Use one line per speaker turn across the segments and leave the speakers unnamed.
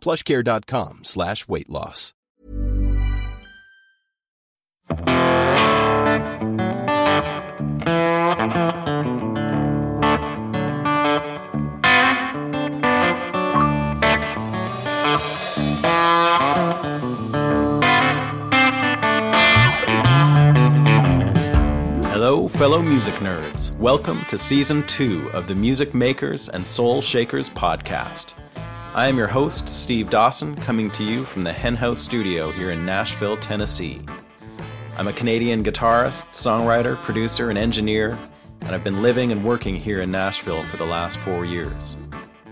Plushcare.com slash weight loss.
Hello, fellow music nerds. Welcome to season two of the Music Makers and Soul Shakers podcast. I am your host, Steve Dawson, coming to you from the Henhouse Studio here in Nashville, Tennessee. I'm a Canadian guitarist, songwriter, producer, and engineer, and I've been living and working here in Nashville for the last four years.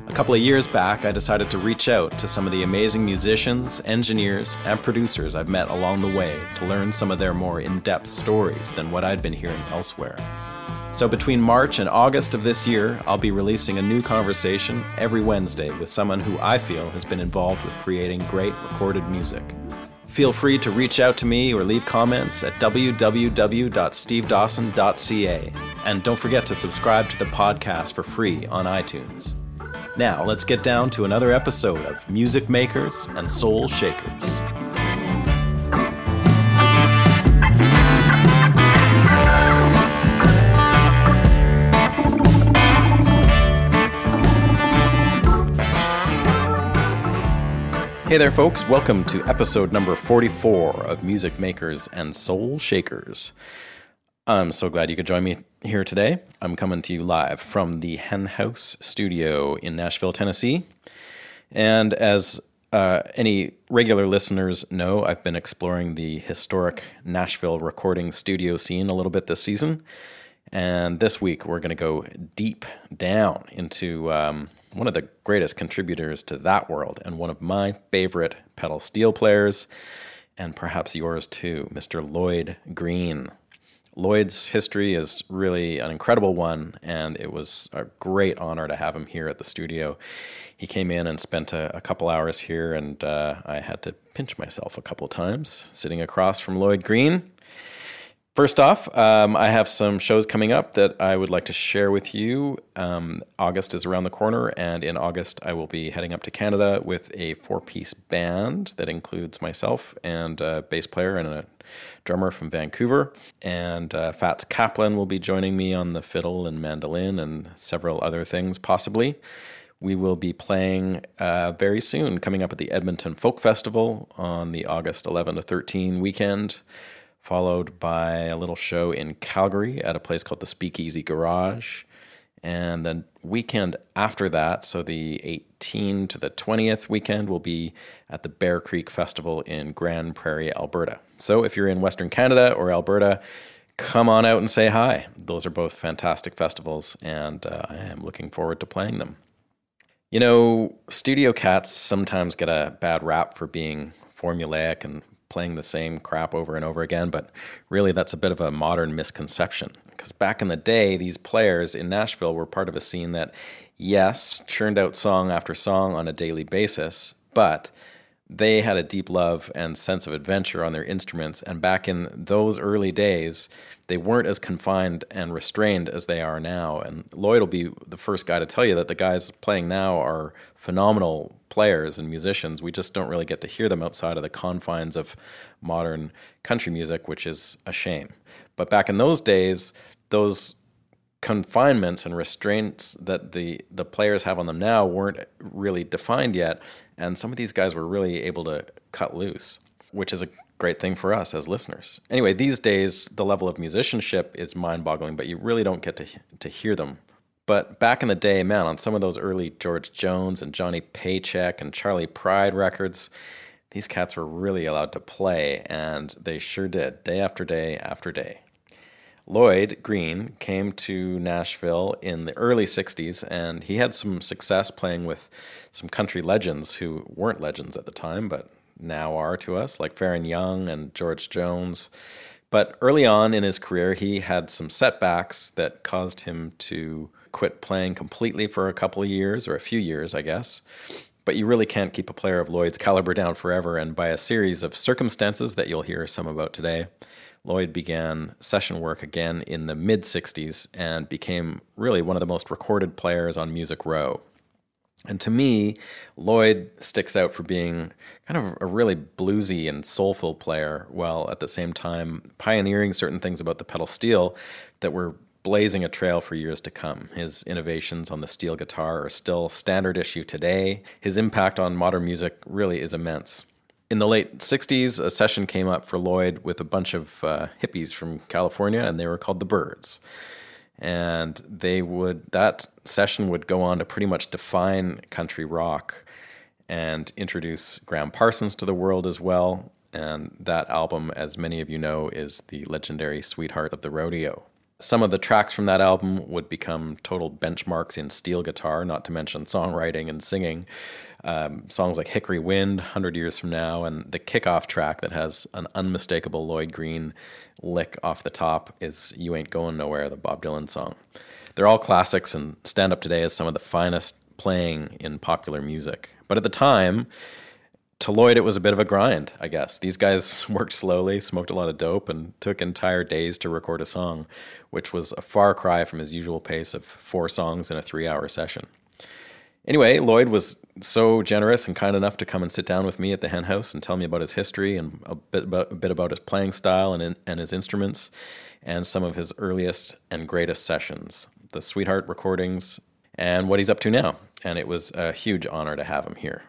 A couple of years back, I decided to reach out to some of the amazing musicians, engineers, and producers I've met along the way to learn some of their more in depth stories than what I'd been hearing elsewhere. So, between March and August of this year, I'll be releasing a new conversation every Wednesday with someone who I feel has been involved with creating great recorded music. Feel free to reach out to me or leave comments at www.stevedawson.ca. And don't forget to subscribe to the podcast for free on iTunes. Now, let's get down to another episode of Music Makers and Soul Shakers. Hey there, folks. Welcome to episode number 44 of Music Makers and Soul Shakers. I'm so glad you could join me here today. I'm coming to you live from the Hen House Studio in Nashville, Tennessee. And as uh, any regular listeners know, I've been exploring the historic Nashville recording studio scene a little bit this season. And this week, we're going to go deep down into um, one of the greatest contributors to that world and one of my favorite pedal steel players, and perhaps yours too, Mr. Lloyd Green. Lloyd's history is really an incredible one, and it was a great honor to have him here at the studio. He came in and spent a, a couple hours here, and uh, I had to pinch myself a couple times sitting across from Lloyd Green. First off, um, I have some shows coming up that I would like to share with you. Um, August is around the corner, and in August, I will be heading up to Canada with a four piece band that includes myself and a bass player and a drummer from Vancouver. And uh, Fats Kaplan will be joining me on the fiddle and mandolin and several other things, possibly. We will be playing uh, very soon, coming up at the Edmonton Folk Festival on the August 11 to 13 weekend followed by a little show in Calgary at a place called the Speakeasy Garage. And the weekend after that, so the 18 to the 20th weekend, will be at the Bear Creek Festival in Grand Prairie, Alberta. So if you're in Western Canada or Alberta, come on out and say hi. Those are both fantastic festivals, and uh, I am looking forward to playing them. You know, studio cats sometimes get a bad rap for being formulaic and playing the same crap over and over again, but really that's a bit of a modern misconception. Because back in the day, these players in Nashville were part of a scene that, yes, churned out song after song on a daily basis, but they had a deep love and sense of adventure on their instruments. And back in those early days, they weren't as confined and restrained as they are now. And Lloyd will be the first guy to tell you that the guys playing now are phenomenal players and musicians. We just don't really get to hear them outside of the confines of modern country music, which is a shame. But back in those days, those confinements and restraints that the the players have on them now weren't really defined yet and some of these guys were really able to cut loose which is a great thing for us as listeners anyway these days the level of musicianship is mind-boggling but you really don't get to to hear them but back in the day man on some of those early George Jones and Johnny Paycheck and Charlie Pride records these cats were really allowed to play and they sure did day after day after day Lloyd Green came to Nashville in the early 60s, and he had some success playing with some country legends who weren't legends at the time, but now are to us, like Farron Young and George Jones. But early on in his career, he had some setbacks that caused him to quit playing completely for a couple of years, or a few years, I guess. But you really can't keep a player of Lloyd's caliber down forever. And by a series of circumstances that you'll hear some about today, Lloyd began session work again in the mid 60s and became really one of the most recorded players on Music Row. And to me, Lloyd sticks out for being kind of a really bluesy and soulful player, while at the same time pioneering certain things about the pedal steel that were blazing a trail for years to come. His innovations on the steel guitar are still standard issue today. His impact on modern music really is immense. In the late 60s, a session came up for Lloyd with a bunch of uh, hippies from California, and they were called the Birds and they would that session would go on to pretty much define country rock and introduce Graham Parsons to the world as well. And that album, as many of you know, is the legendary Sweetheart of the Rodeo. Some of the tracks from that album would become total benchmarks in steel guitar, not to mention songwriting and singing. Um, songs like Hickory Wind, 100 Years From Now, and the kickoff track that has an unmistakable Lloyd Green lick off the top is You Ain't Going Nowhere, the Bob Dylan song. They're all classics, and Stand Up Today is some of the finest playing in popular music. But at the time, to Lloyd, it was a bit of a grind, I guess. These guys worked slowly, smoked a lot of dope, and took entire days to record a song, which was a far cry from his usual pace of four songs in a three hour session. Anyway, Lloyd was so generous and kind enough to come and sit down with me at the hen house and tell me about his history and a bit about, a bit about his playing style and, and his instruments and some of his earliest and greatest sessions, the Sweetheart recordings, and what he's up to now. And it was a huge honor to have him here.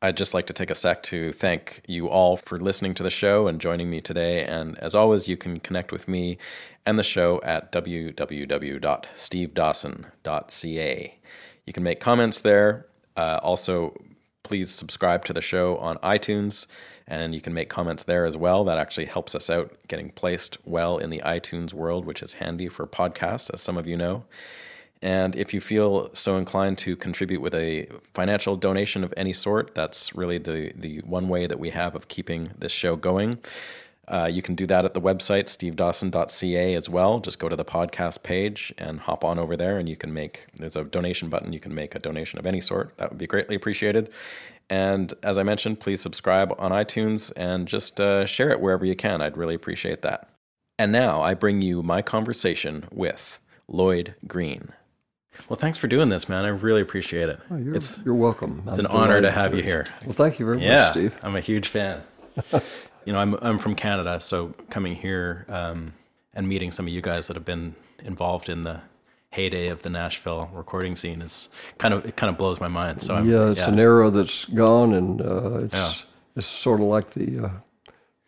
I'd just like to take a sec to thank you all for listening to the show and joining me today. And as always, you can connect with me and the show at www.stevedawson.ca. You can make comments there. Uh, also, please subscribe to the show on iTunes and you can make comments there as well. That actually helps us out getting placed well in the iTunes world, which is handy for podcasts, as some of you know. And if you feel so inclined to contribute with a financial donation of any sort, that's really the, the one way that we have of keeping this show going. Uh, you can do that at the website, stevedawson.ca, as well. Just go to the podcast page and hop on over there, and you can make there's a donation button. You can make a donation of any sort. That would be greatly appreciated. And as I mentioned, please subscribe on iTunes and just uh, share it wherever you can. I'd really appreciate that. And now I bring you my conversation with Lloyd Green. Well, thanks for doing this, man. I really appreciate it.
Oh, you're,
it's
you're welcome.
it's an honor to have you here.
Well, thank you very
Yeah,
much, Steve.
I'm a huge fan. you know, I'm I'm from Canada, so coming here um, and meeting some of you guys that have been involved in the heyday of the Nashville recording scene is kind of it kind of blows my mind. So I'm,
yeah, it's an era that's gone, and uh, it's it's sort of like the uh,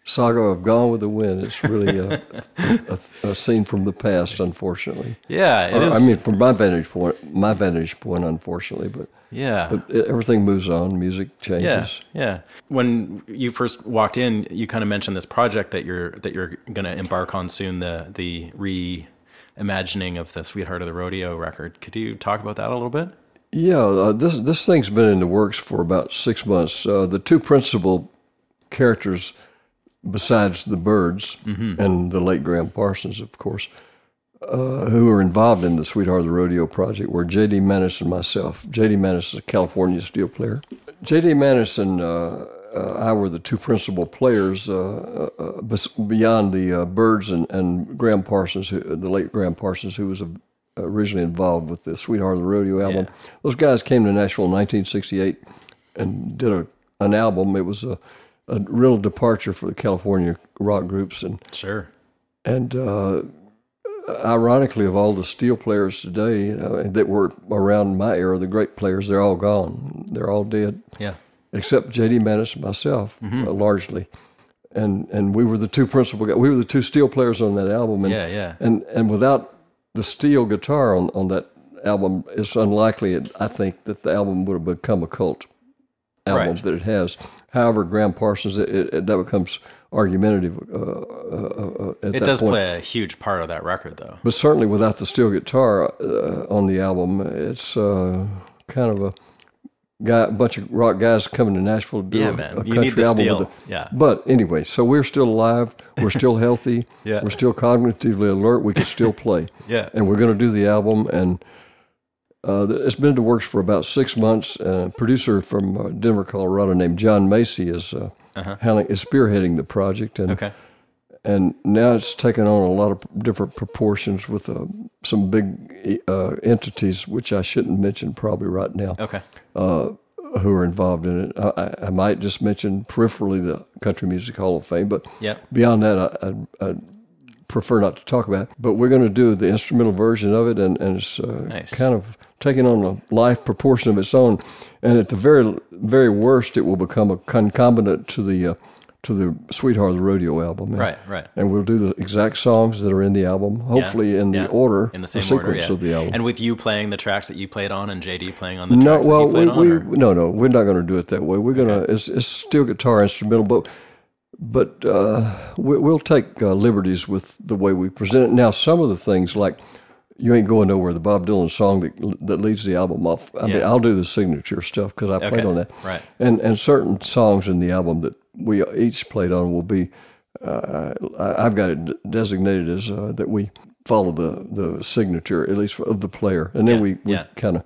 saga of Gone with the Wind. It's really a, a, a scene from the past, unfortunately.
yeah, it
Or,
is.
I mean, from my vantage point, my vantage point, unfortunately, but
yeah,
but it, everything moves on. Music changes.
Yeah, yeah. When you first walked in, you kind of mentioned this project that you're that you're going to embark on soon the the reimagining of the Sweetheart of the Rodeo record. Could you talk about that a little bit?
Yeah, uh, this this thing's been in the works for about six months. Uh, the two principal characters, besides the birds
Mm-hmm.
and the late Graham Parsons, of course, uh, who were involved in the Sweetheart of the Rodeo project, were J.D. Manis and myself. J.D. Manis is a California steel player. J.D. Manis and uh, uh, I were the two principal players uh, uh, uh, bes- beyond the uh, birds and, and Graham Parsons, who, the late Graham Parsons, who was a originally involved with the Sweetheart of the Rodeo album. Those guys came to Nashville in 1968 and did a, an album. It was a, a real departure for the California rock groups. And,
Sure.
and uh, ironically, of all the steel players today uh, that were around my era, the great players, they're all gone. They're all dead
Yeah.
except J.D. Mattis and myself,
Mm-hmm.
uh, largely. And and we were the two principal. guy- We were the two steel players on that album. And,
Yeah, yeah.
And and without the steel guitar on, on that album, it's unlikely. It, I think that the album would have become a cult album
Right.
that it has. However, Graham Parsons, it, it, that becomes argumentative. Uh, uh, uh, at
It
that
does
point.
play a huge part of that record, though.
But certainly without the steel guitar uh, on the album, it's uh, kind of a guy, a bunch of rock guys coming to Nashville to do
Yeah,
a,
man.
a
You
country
need this
album.
deal.
With it.
Yeah.
But anyway, so we're still alive. We're still healthy.
Yeah.
We're still cognitively alert. We can still play.
Yeah.
And we're going to do the album. And uh, th- it's been in the works for about six months. A producer from uh, Denver, Colorado, named John Macy, is uh,
Uh-huh.
handling- is spearheading the project. And
Okay.
and now it's taken on a lot of different proportions with uh, some big uh, entities, which I shouldn't mention probably right now,
Okay.
who are involved in it. I, I- I might just mention peripherally the Country Music Hall of Fame, but
Yeah.
beyond that, I, I'd, I'd prefer not to talk about. It. But we're going to do the instrumental version of it, and, and it's uh,
Nice.
kind of taking on a life proportion of its own. And at the very very worst, it will become a concomitant to the uh, to the Sweetheart of the Rodeo album. And-
Right. Right.
and we'll do the exact songs that are in the album, hopefully in the
yeah.
order,
In the same
sequence
order, yeah.
of the album.
And with you playing the tracks that you played on, and JD playing on the
no,
tracks
well,
that he played
we,
on. or-
we no, no, we're not going to do it that way. We're gonna it's, it's still guitar instrumental, but but uh, we, we'll take uh, liberties with the way we present it. Now, some of the things like "You Ain't Going Nowhere," the Bob Dylan song that that leads the album off. I mean,
Yeah.
I'll do the signature stuff because I played
Okay,
on that,
right.
And and certain songs in the album that we each played on will be. Uh, I- I've got it d- designated as uh, that we follow the, the signature at least of the player, and then we, we
yeah.
kind of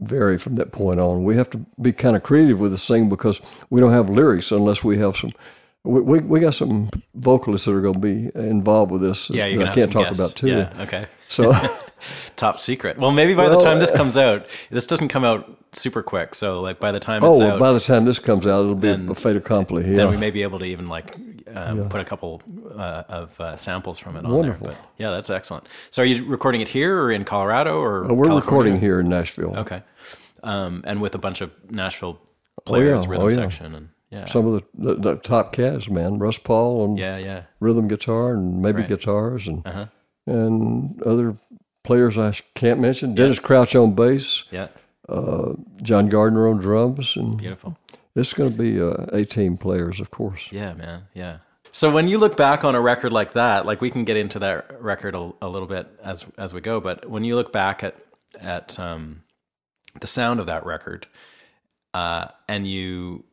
vary from that point on. We have to be kind of creative with this thing because we don't have lyrics unless we have some. We, we, we got some vocalists that are going to be involved with this.
yeah, you're gonna
that I
have
can't
some
talk
guests.
about too.
Yeah. Okay.
So
Top secret. Well, maybe by the
Well, uh,
time this comes out, this doesn't come out super quick. So, like by the time it's
oh,
out,
by the time this comes out, it'll be a fait accompli. Yeah.
then we may be able to even like um, put a couple uh, of uh, samples from it on
Wonderful.
there. But yeah, that's excellent. So, are you recording it here or in Colorado or
Uh, We're
California?
recording here in Nashville.
Okay. Um, and with a bunch of Nashville players, rhythm
oh, yeah.
section, and yeah,
Some of the, the, the top cats, man, Russ Paul and
yeah, Uh-huh. yeah.
rhythm guitar and maybe guitars and and other players I sh- can't mention. Dennis Crouch on bass,
Yeah,
John Gardner on drums, and
beautiful.
it's going to be uh, 18 players, of course.
Yeah, man. Yeah. So when you look back on a record like that, like we can get into that record a, a little bit as as we go, but when you look back at at um, the sound of that record, uh, and you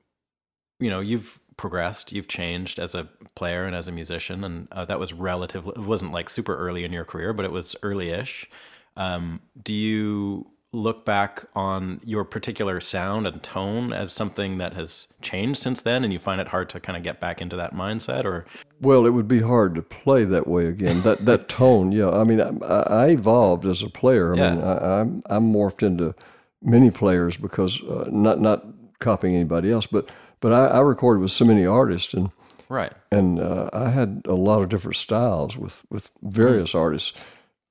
you know you've progressed, you've changed as a player and as a musician, and uh, that was relatively it wasn't like super early in your career, but it was early-ish. Um, do you look back on your particular sound and tone as something that has changed since then, and you find it hard to kind of get back into that mindset, or
Well, it would be hard to play that way again. That that tone, yeah. I mean, I, I evolved as a player. I mean,
Yeah.
I, I'm I'm morphed into many players because uh, not not copying anybody else, but but I, I recorded with so many artists and.
right?
and uh, I had a lot of different styles with with various artists,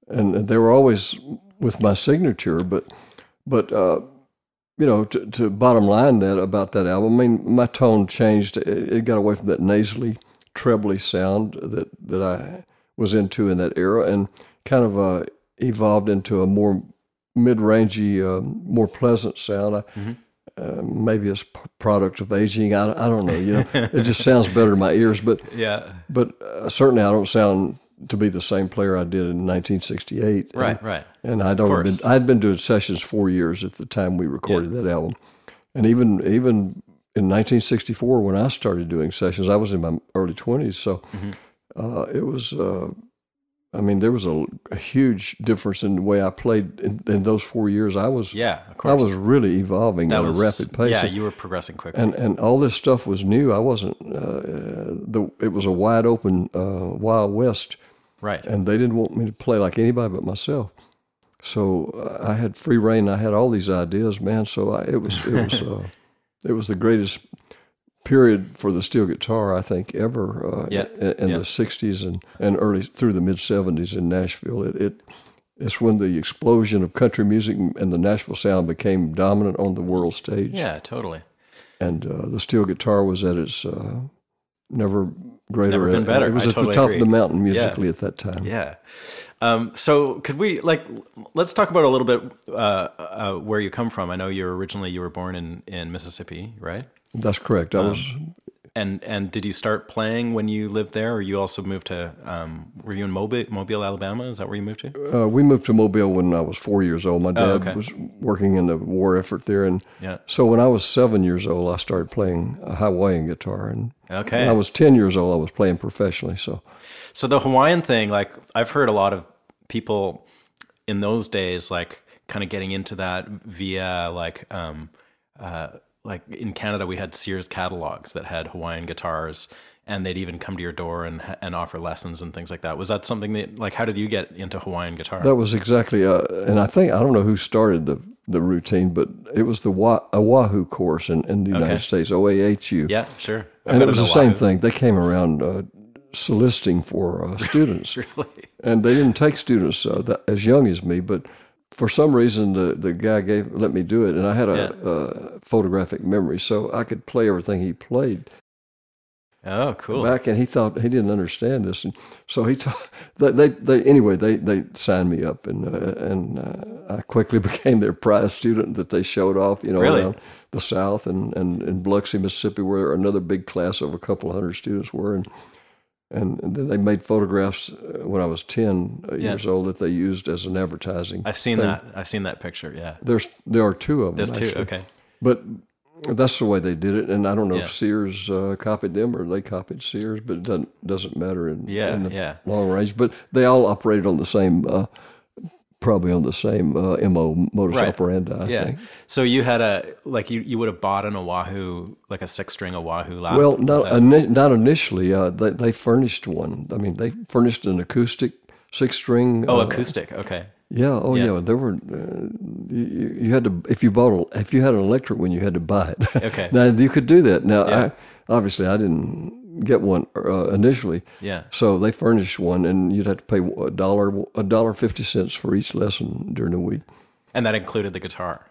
and they were always with my signature. But but uh, you know, to, to bottom line that about that album, I mean, my tone changed. It, it got away from that nasally, trebly sound that that I was into in that era, and kind of uh, evolved into a more mid-rangey, uh, more pleasant sound. I, uh, maybe it's p- product of aging. I, I don't know. You know, it just sounds better to my ears. But
Yeah,
but uh, certainly I don't sound to be the same player I did in 1968.
right,
And,
right.
and I'd only
course.
been I'd been doing sessions four years at the time we recorded that album, and even even in 1964 when I started doing sessions, I was in my early 20s. So
Mm-hmm.
uh, it was. Uh, I mean, there was a, a huge difference in the way I played in, in those four years. I was,
Yeah, of course.
I was really evolving
that
at
was
a rapid pace.
Yeah, you were progressing quickly.
and and all this stuff was new. I wasn't. Uh, the it was a wide open uh, wild west,
right.
and they didn't want me to play like anybody but myself. So uh, I had free reign. I had all these ideas, man. So I, it was it was uh, it was the greatest period for the steel guitar I think ever uh,
Yeah,
in, in
yeah.
the '60s and and early through the mid '70s in Nashville. It, it it's when the explosion of country music and the Nashville sound became dominant on the world stage
yeah, totally.
and uh, the steel guitar was at its uh, never greater. e-,
never been better.
It was
I
at
totally
the top
agree.
of the mountain musically at that time.
Yeah. Um, so could we like let's talk about a little bit uh, uh, where you come from? I know you're originally you were born in in Mississippi, right?
That's correct. I was
And and did you start playing when you lived there, or you also moved to? Um, were you in Mobile, Mobile, Alabama? Is that where you moved to?
Uh, we moved to Mobile when I was four years old. My dad
Oh, okay.
was working in the war effort there, and
Yeah.
so when I was seven years old, I started playing a Hawaiian guitar, and
Okay.
when I was ten years old, I was playing professionally. So
So the Hawaiian thing, like I've heard a lot of people in those days, like kind of getting into that via like, um, uh, like in Canada, we had Sears catalogs that had Hawaiian guitars, and they'd even come to your door and and offer lessons and things like that. Was that something that like how did you get into Hawaiian guitar?
that was exactly, uh, and I think I don't know who started the the routine, but it was the Wa- Oahu course in, in the United States, OAHU.
yeah, sure. I've
and
got
it was
an
the same
Oahu.
thing. They came around uh, soliciting for uh, students, and they didn't take students uh, that, as young as me. But for some reason, the, the guy gave let me do it, and I had a, uh photographic memory, so I could play everything he played
Oh, cool.
back. And he thought he didn't understand this, and so he taught. They, they, they anyway they, they signed me up, and uh, and uh, I quickly became their prize student that they showed off, you know,
Really?
around the South and and in Biloxi, Mississippi, where another big class of a couple hundred students were, and and then they made photographs uh, when I was ten uh, years old that they used as an advertising.
I've seen that. I've seen that picture. Yeah,
There's there are two of them.
there's two.
actually.
Okay.
But that's the way they did it, and I don't know
Yeah.
if Sears uh, copied them or they copied Sears, but it doesn't doesn't matter in,
Yeah,
in the
yeah.
long range. But they all operated on the same, uh, probably on the same uh, mo modus
Right.
operandi. I
Yeah.
think.
So you had a like you, you would have bought an Oahu like a six string Oahu lap.
Well,
Is
not
that-
ini not initially. Uh, they they furnished one. I mean, they furnished an acoustic six string.
oh
uh,
acoustic. Okay.
yeah. Oh, yeah. There were. Uh, you, you you had to if you bought a, if you had an electric one, you had to buy it.
Okay.
now you could do that. Now, I, obviously, I didn't get one uh, initially.
Yeah.
So they furnished one, and you'd have to pay a dollar, a dollar fifty cents for each lesson during the week.
And that included the guitar.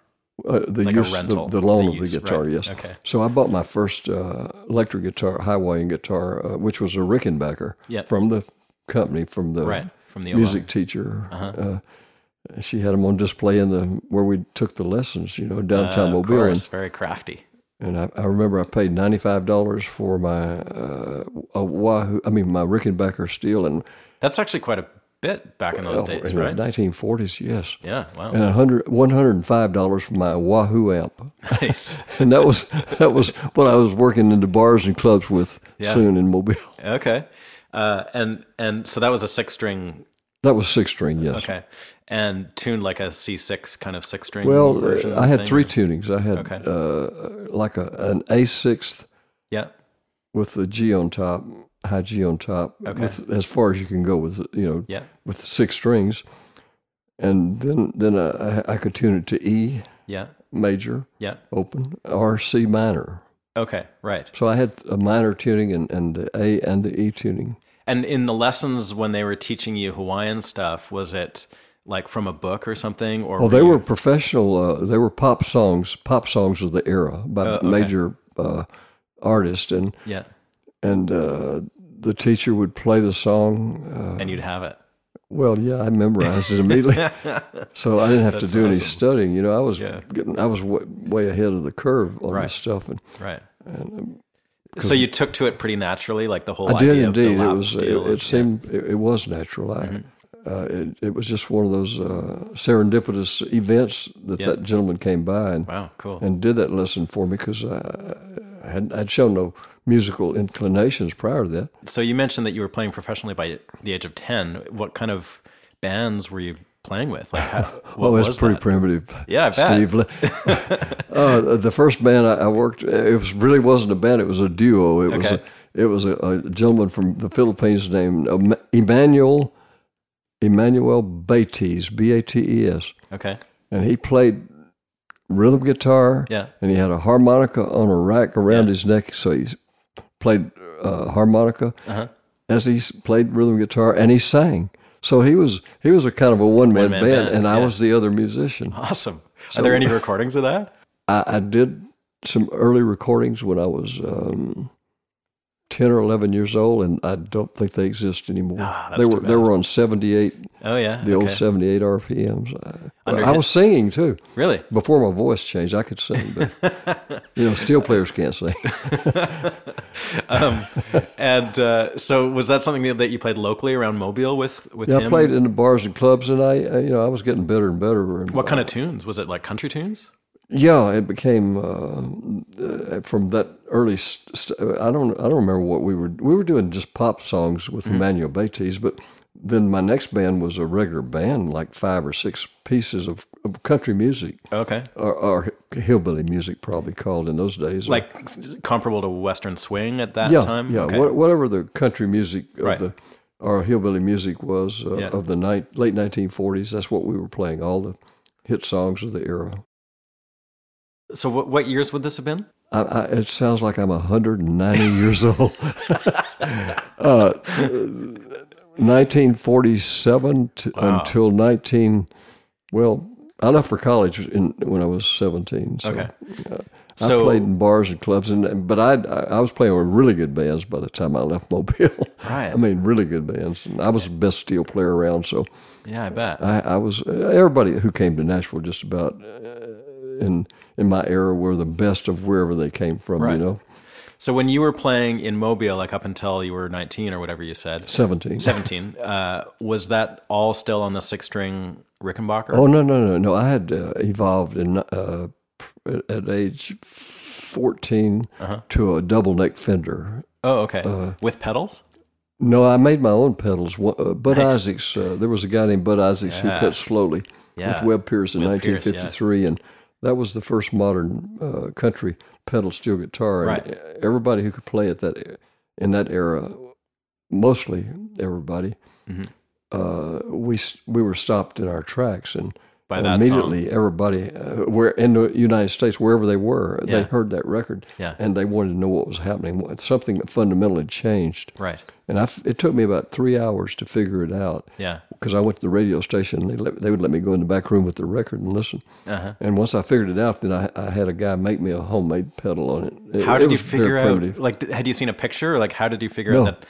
Uh, the
Like a
use,
rental,
the, the loan
the
of
use,
the guitar,
right.
yes.
Okay.
So I bought my first uh, electric guitar, Hawaiian guitar, uh, which was a Rickenbacker
Yep.
from the company, from the
Right. From the
music teacher.
Uh-huh.
uh she had them on display in the where we took the lessons, you know, downtown
Oahu. Uh, Of
Mobile. And,
course, very crafty.
and I, I remember I paid ninety five dollars for my uh, Oahu, I mean my Rickenbacker steel, and
That's actually quite a bit back in those days,
in
right?
the 1940s, yes.
Yeah. Wow.
And a hundred- $105 for my Wahoo amp.
Nice.
And that was that was what I was working in the bars and clubs with soon in Mobile.
Okay. Uh, and and so that was a six string.
That was six string, yes.
Okay. And tuned like a C six kind of six string.
Well,
version
uh,
of
I
the
had
thing,
three
or-
tunings. I had
Okay.
uh, like a, an A6th
yeah.
with the G on top, high G on top, with, as far as you can go with, you know,
Yeah.
with six strings. And then then I, I could tune it to E
Yeah.
major,
Yeah.
open, or C minor.
Okay. Right.
So I had a minor tuning and, and the A and the E tuning.
And in the lessons when they were teaching you Hawaiian stuff, was it like from a book or something? Or
Well, they
you-
were professional. Uh, they were pop songs, pop songs of the era by major uh, artists, and
yeah,
and uh, the teacher would play the song. Uh,
and you'd have it.
well, yeah, I memorized it immediately, so I didn't have to do any studying. You know, I was getting, I was w- way ahead of the curve on this stuff, and um,
Right. so you took to it pretty naturally, like the whole
I
idea
did
of the
indeed. It
lap
was. It,
steel. Mm-hmm.
it seemed. It, it was natural. I, uh, it, it was just one of those uh, serendipitous events that that gentleman came by and
wow, cool.
and did that lesson for me because I, I had I'd shown no musical inclinations prior to that.
so you mentioned that you were playing professionally by the age of ten. What kind of bands were you playing with? Like, how, what
oh,
was
it's pretty
that?
primitive.
Yeah, I bet.
Steve. uh, the first band I, I worked, it was really wasn't a band. It was a duo. It was
Okay.
a, it was a, a gentleman from the Philippines named Em- Emmanuel Emmanuel Bates B A T E S,
Okay,
and he played rhythm guitar.
yeah,
and he had a harmonica on a rack around his neck. So he played uh, harmonica
Uh-huh.
as he s- played rhythm guitar, and he sang. So he was he was a kind of a one man
One-man
band,
band,
and I
yeah.
was the other musician.
awesome. Are there any recordings of that?
I, I did some early recordings when I was um, ten or eleven years old, and I don't think they exist anymore.
Ah, that's
they
too
were they were on seventy eight,
Oh yeah.
the old
okay.
seventy eight RPMs. I,
Under
I
hit-
was singing too
Really?
before my voice changed. I could sing, but you know, steel players can't sing.
Um, And uh, so was that something that- that you played locally around Mobile with with
Yeah,
him?
I played in the bars and clubs, and I uh, you know I was getting better and better. And,
What kind of tunes? Was it like country tunes?
Yeah, it became uh, uh, from that early. St- st- I don't. I don't remember what we were. We were doing just pop songs with
Mm-hmm.
Emmanuel Betis, but then my next band was a regular band, like five or six pieces of, of country music
Okay.
or, or hillbilly music, probably called in those days. or-
Like s- comparable to Western swing at that
yeah,
time.
yeah,
Okay.
what, whatever the country music of
Right.
the or hillbilly music was uh,
Yeah.
of the night, late 1940s. That's what we were playing. All the hit songs of the era.
So what, what years would this have been?
I, I, it sounds like I'm 190 years old. uh, 1947 to,
Wow.
until 19. Well, I left for college in, when I was 17. So
Okay.
I
So
played in bars and clubs, and but I I was playing with really good bands by the time I left Mobile.
Right.
I mean, really good bands, and I was the best steel player around. So
yeah, I bet.
I, I was everybody who came to Nashville just about uh, in in my era were the best of wherever they came from.
Right.
You know,
so when you were playing in Mobile, like up until you were 19 or whatever you said,
seventeen.
17, uh, was that all still on the six string Rickenbacker?
Oh no no no no! I had uh, evolved in uh, at age 14
Uh-huh.
to a double neck fender.
Oh, okay.
uh,
with pedals?
No, I made my own pedals. One- Uh, Bud Isaacs. Uh, there was a guy named Bud Isaacs
Yeah.
who cut slowly
Yeah.
with Webb Pierce in
Webb Pierce,
1953, and that was the first modern uh, country pedal steel guitar. And
Right.
Everybody who could play at that in that era, mostly everybody.
Mm-hmm.
Uh, we s- we were stopped in our tracks and.
By that
immediately, everybody uh, where in the United States, wherever they were, they
Yeah.
heard that record,
Yeah.
and they wanted to know what was happening. What- Something fundamentally changed.
Right.
And I f it took me about three hours to figure it out
Yeah.
because I went to the radio station. And they, let, they would let me go in the back room with the record and listen.
Uh-huh.
And once I figured it out, then I, I had a guy make me a homemade pedal on it. It-
How
it
did you
was very
figure out?
primitive.
Like, d- had you seen a picture? Or like, how did you figure
No.
out that?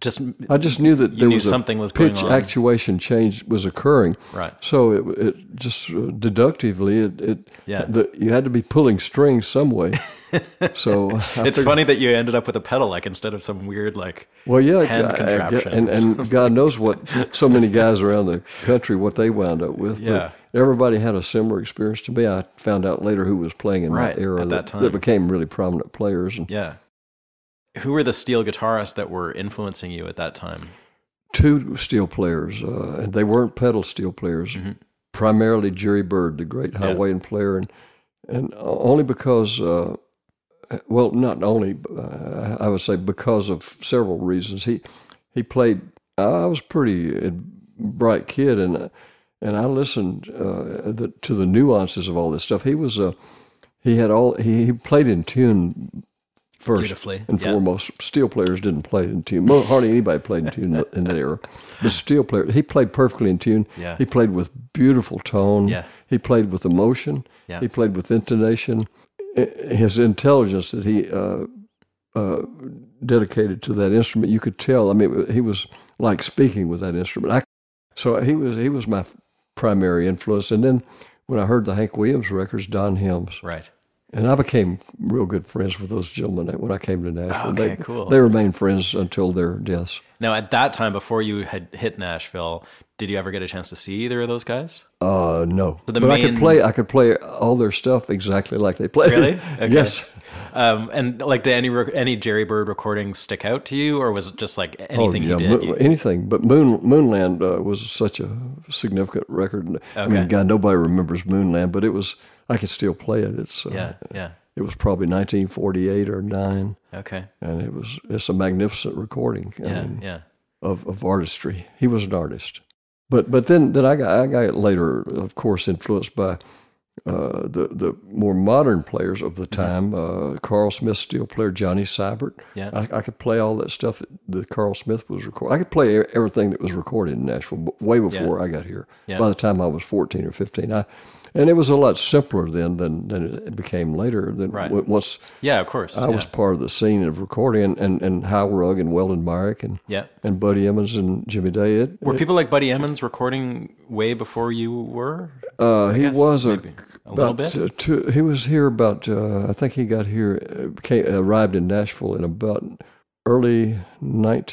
Just
I just knew that there
knew
was a
something was going
pitch
on.
actuation change was occurring.
Right.
So it, it just uh, deductively it, it
Yeah.
the, you had to be pulling strings some way. so uh, I
it's
figured-
funny that you ended up with a pedal, like instead of some weird like.
Well, yeah,
hand
I- I get-
contraption.
and and God knows what so many guys around the country what they wound up with.
Yeah.
But everybody had a similar experience to me. I found out later who was playing in
Right,
my era
at that time.
that became really prominent players. And
Yeah. Who were the steel guitarists that were influencing you at that time?
two steel players, uh, and they weren't pedal steel players.
Mm-hmm.
Primarily Jerry Bird, the great Hawaiian player, and and only because, uh, well, not only uh, I would say because of several reasons. He he played. I was pretty uh, bright kid, and uh, and I listened uh, the, to the nuances of all this stuff. He was a he had all he, he played in tune first
Beautifully,
and
yeah.
foremost. Steel players didn't play in tune. Mo- Hardly anybody played in tune in that era. But steel player, he played perfectly in tune.
Yeah.
He played with beautiful tone.
Yeah.
He played with emotion.
Yeah.
He played with intonation. I- His intelligence that he uh, uh, dedicated to that instrument, you could tell. I mean, he was like speaking with that instrument. I, so he was he was my f- primary influence. And then when I heard the Hank Williams records, Don Helms.
Right.
And I became real good friends with those gentlemen when I came to Nashville.
Okay,
they,
cool.
They remained friends until their deaths.
Now, at that time, before you had hit Nashville, did you ever get a chance to see either of those guys?
Uh, no,
the
but I could
main-
play. I could play all their stuff exactly like they played. it.
Really? Okay.
Yes.
Um, and like, did any rec- any Jerry Bird recordings stick out to you, or was it just like anything
Oh, yeah,
you did?
mo-
you-
anything. But Moon Moonland uh, was such a significant record. And, I mean,
Okay.
God, nobody remembers Moonland, but it was. I could still play it. It's. Uh,
yeah. Yeah.
It was probably 1948 or nine,
Okay.
and it was. It's a magnificent recording. I
Yeah.
mean,
Yeah.
of, of artistry. He was an artist, but but then then I got I got later, of course, influenced by uh, the the more modern players of
Mm-hmm.
the time, uh, Carl Smith steel player Johnny Seibert.
Yeah.
I, I could play all that stuff that Carl Smith was recording. I could play e- everything that was recorded in Nashville b- way before I got here.
Yeah.
By the time I was fourteen or fifteen, I, and it was a lot simpler then than than it became later. Than
Right.
w- once
Yeah, of course.
I
yeah.
was part of the scene of recording, and and, and Hal Rugg and Weldon Myrick and
Yeah.
and Buddy Emmons and Jimmy Day. It,
Were people like Buddy Emmons recording way before you were?
Uh, he
guess,
was a,
a little
about,
bit?
uh, two, he was here about uh, I think he got here uh, came, arrived in Nashville in about early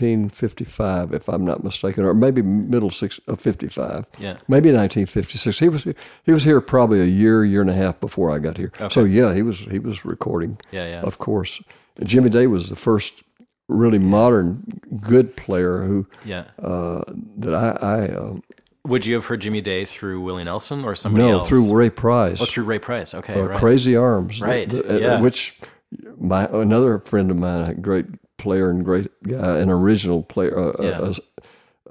1955 if I'm not mistaken or maybe middle six of 55
Yeah.
maybe 1956 he was he was here probably a year year and a half before I got here so yeah he was he was recording
Yeah, yeah.
of course Jimmy Day was the first really modern good player who
Yeah.
uh, that I, I um,
Would you have heard Jimmy Day through Willie Nelson or somebody
no
else?
through Ray Price
oh, through Ray Price. Okay,
uh,
right.
Crazy Arms, the-
Right,
the- uh,
yeah.
Which my another friend of mine, a great player and great guy, an original player, uh, uh,
Yeah.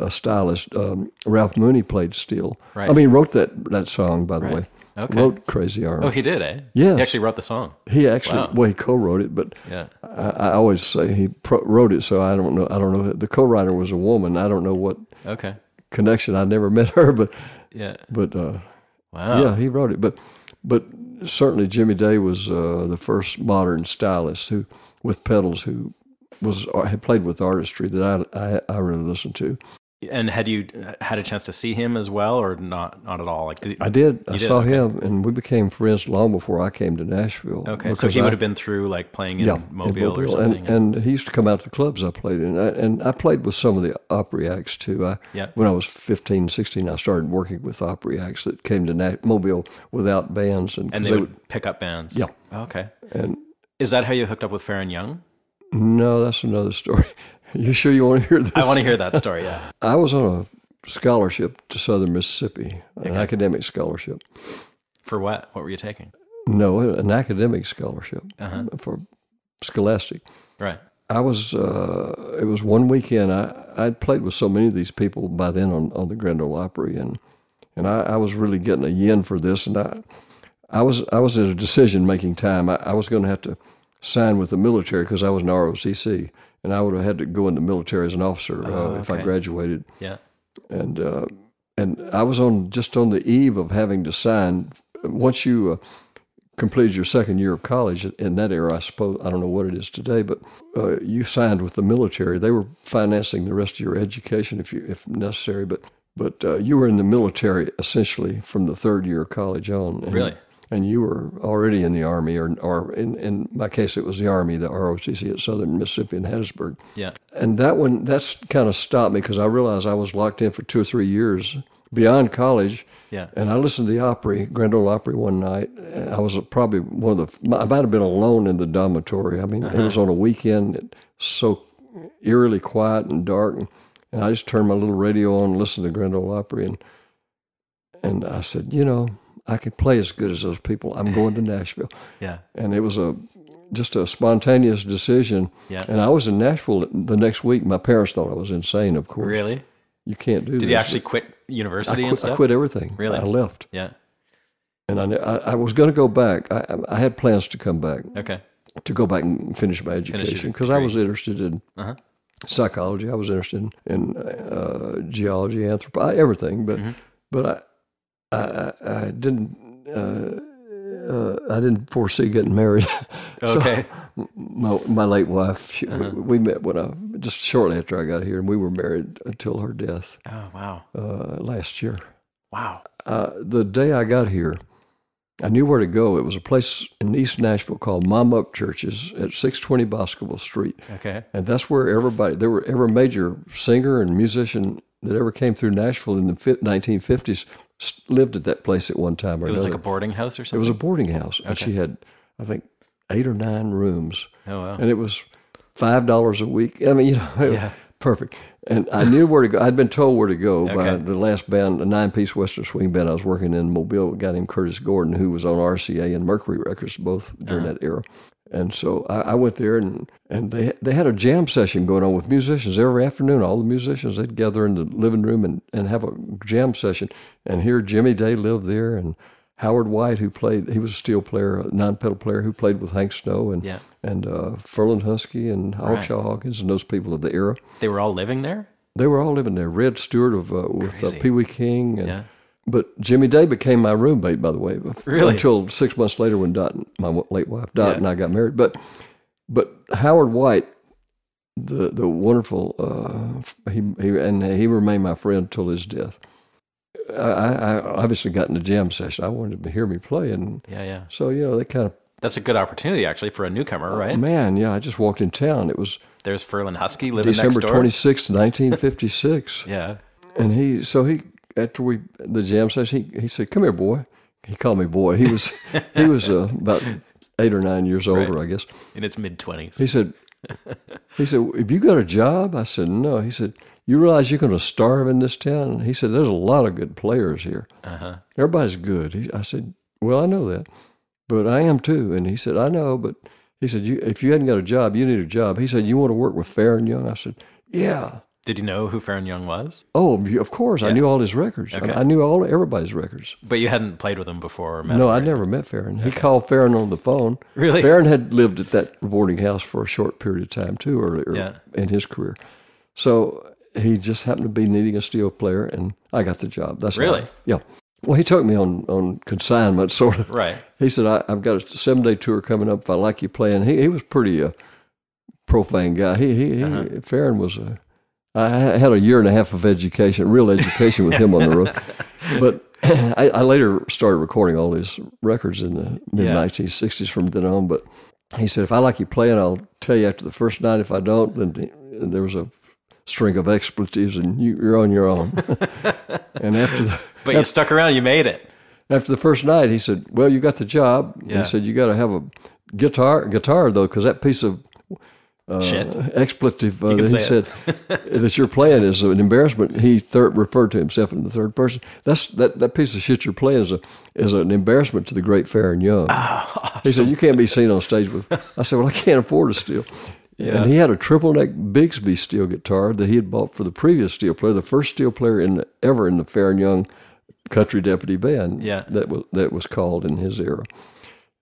a, a stylist, um, Ralph Mooney played steel. I
Right.
mean, wrote that that song by the way.
Okay.
Wrote Crazy Arms.
Oh, he did, eh?
Yes.
He actually wrote the song.
He actually,
Wow.
well, he co-wrote it, but
Yeah.
I, I always say he pro- wrote it. So I don't know. I don't know. The co-writer was a woman. I don't know what
Okay.
connection. I never met her, but
Yeah.
but uh,
Wow.
Yeah, he wrote it, but but certainly Jimmy Day was uh, the first modern stylist who with pedals who was or had played with artistry that I I, I really listened to.
And had you uh, had a chance to see him as well, or not? Not at all. Like
I did. I
did,
saw
okay.
him, and we became friends long before I came to Nashville.
Okay, so he would have been through like playing in Mobile, or something.
And, and he used to come out to the clubs I played in. I, and I played with some of the opera acts too. I,
Yeah.
When I was 15, 16, I started working with opera acts that came to Na- Mobile without bands. And, 'cause
And they, would, pick up bands.
Yeah.
Okay.
and
Is that how you hooked up with Farron Young?
No, that's another story. You sure you want to hear this?
I want to hear that story. Yeah.
I was on a scholarship to Southern Mississippi, an academic scholarship.
For what? What were you taking?
No, an academic scholarship
Uh-huh.
for scholastic.
Right.
I was, uh, it was one weekend. I, I'd played with so many of these people by then on, on the Grand Ole Opry, and, and I, I was really getting a yen for this. And I, I was I was at a decision making time. I, I was going to have to sign with the military because I was an ROCC, and I would have had to go in the military as an officer uh, if I
okay.
graduated.
Yeah.
and uh, and I was on just on the eve of having to sign. Once you uh, completed your second year of college in that era, I suppose I don't know what it is today, but uh, you signed with the military. They were financing the rest of your education if you if necessary, but but uh, you were in the military essentially from the third year of college on. And,
Really?
And you were already in the army, or, or in, in my case, it was the army, the ROTC at Southern Mississippi in Hattiesburg
Yeah.
and that one that's kind of stopped me because I realized I was locked in for two or three years beyond college.
Yeah.
And I listened to the Opry, Grand Ole Opry, one night. and I was probably one of the. I might have been alone in the dormitory. I mean, it was on a weekend, it, so eerily quiet and dark, and, and I just turned my little radio on, and listened to Grand Ole Opry, and and I said, you know, I could play as good as those people. I'm going to Nashville
Yeah.
and it was a just a spontaneous decision.
Yeah.
And I was in Nashville the next week. My parents thought I was insane. Of course,
Really?
you can't do.
Did
this.
you actually quit
I
university and
quit,
stuff?
I quit everything.
Really?
I left,
Yeah.
and I ne- I, I was going to go back. I, I- I had plans to come back
Okay.
to go back and finish my
your
education because I
degree.
was interested in
Uh-huh.
psychology. I was interested in, in uh, geology, anthropology, everything. But
Mm-hmm.
but I I, I, I didn't. Uh, uh, I didn't foresee getting married. So-
Okay.
my, my late wife, she, uh,
Uh-huh.
we met when I just shortly after I got here, and we were married until her death
oh wow.
uh, last year.
Wow.
Uh, the day I got here, I knew where to go. It was a place in East Nashville called Mom Up Churches at 620 Boscobel Street.
Okay.
And that's where everybody, there were every major singer and musician that ever came through Nashville in the fi- 1950s s- lived at that place at one time or
It was
another.
like a boarding house or something.
it was a boarding house, and she had, I think, eight or nine rooms
oh wow.
and it was five dollars a week. I mean, you know, it-
Yeah.
perfect. And I knew where to go. I'd been told where to go by
Okay.
the last band, the nine-piece Western swing band I was working in Mobile. A guy named Curtis Gordon, who was on RCA and Mercury Records both during
Uh-huh.
that era. And so I, I went there, and, and they they had a jam session going on with musicians every afternoon. All the musicians they'd gather in the living room and, and have a jam session. And here Jimmy Day lived there, and Howard White, who played, he was a steel player, a nine-pedal player who played with Hank Snow and
Yeah.
and uh, Ferland Husky and Howard
Right.
Shaw Hawkins and those people of the era.
They were all living there?
They were all living there. Red Stewart of uh, with uh,
Crazy.
Pee Wee King, and,
Yeah.
but Jimmy Day became my roommate. By the way, bef-
Really?
until six months later when Dot, my w- late wife, died,
Yeah.
and I got married. But but Howard White, the the wonderful, uh, f- he he and he remained my friend till his death. I, I I obviously got in the jam session. I wanted him to hear me play, and
Yeah, yeah.
so you know they kind of
That's a good opportunity, actually, for a newcomer, right?
Oh, man, yeah. I just walked in town. It was
There's Ferlin Husky living
December
next door.
twenty sixth, nineteen fifty six.
Yeah.
And he, so he, after we the jam session, he, he said, "Come here, boy." He called me boy. He was he was uh, about eight or nine years older, I guess.
In its mid 20s.
He said, he said, "Have you got a job?" I said, "No." He said, "You realize you're going to starve in this town?" And he said, "There's a lot of good players here.
Uh-huh.
Everybody's good." He, I said, "Well, I know that, but I am too." And he said, "I know, but." He said, you, "If you hadn't got a job, you need a job." He said, "You want to work with Fair and Young?" I said, "Yeah."
Did you know who Farron Young was?
Oh, you- of course. I knew all his records. I-
Okay.
I, knew all everybody's records.
But you hadn't played with him before or met
no,
him,
I
right?
never met Farron. He called Farron on the phone.
Really?
Farron had lived at that boarding house for a short period of time, too, earlier
Yeah.
in his career. So he just happened to be needing a steel player, and I got the job. That's how I-
Really?
yeah. Well, he took me on, on consignment, sort of.
Right.
He said, I, I've got a seven day tour coming up. If I like you playing, he, he was pretty uh, profane guy. He, he, he Farron was a, I had a year and a half of education, real education with him on the road. But I, I later started recording all his records in the mid
Yeah.
1960s from then on. But he said, if I like you playing, I'll tell you after the first night. If I don't, then the- there was a string of expletives and you, you're on your own. and after the,
But you stuck around, you made it.
after the first night, he said, "Well, you got the job." And
Yeah.
He said, "You got to have a guitar, guitar though, because that piece of Uh,
Shit.
expletive uh,
can
that he
say
said that you're playing is an embarrassment." He thir- referred to himself in the third person. That's that, that piece of shit you're playing is a, is an embarrassment to the great fair and young.
Ah,
He said, "You can't be seen on stage with." I said, "Well, I can't afford a steel." And he had a triple neck Bigsby steel guitar that he had bought for the previous steel player, the first steel player in ever in the Fair and Young Country Deputy Band.
Yeah.
that was that was called in his era.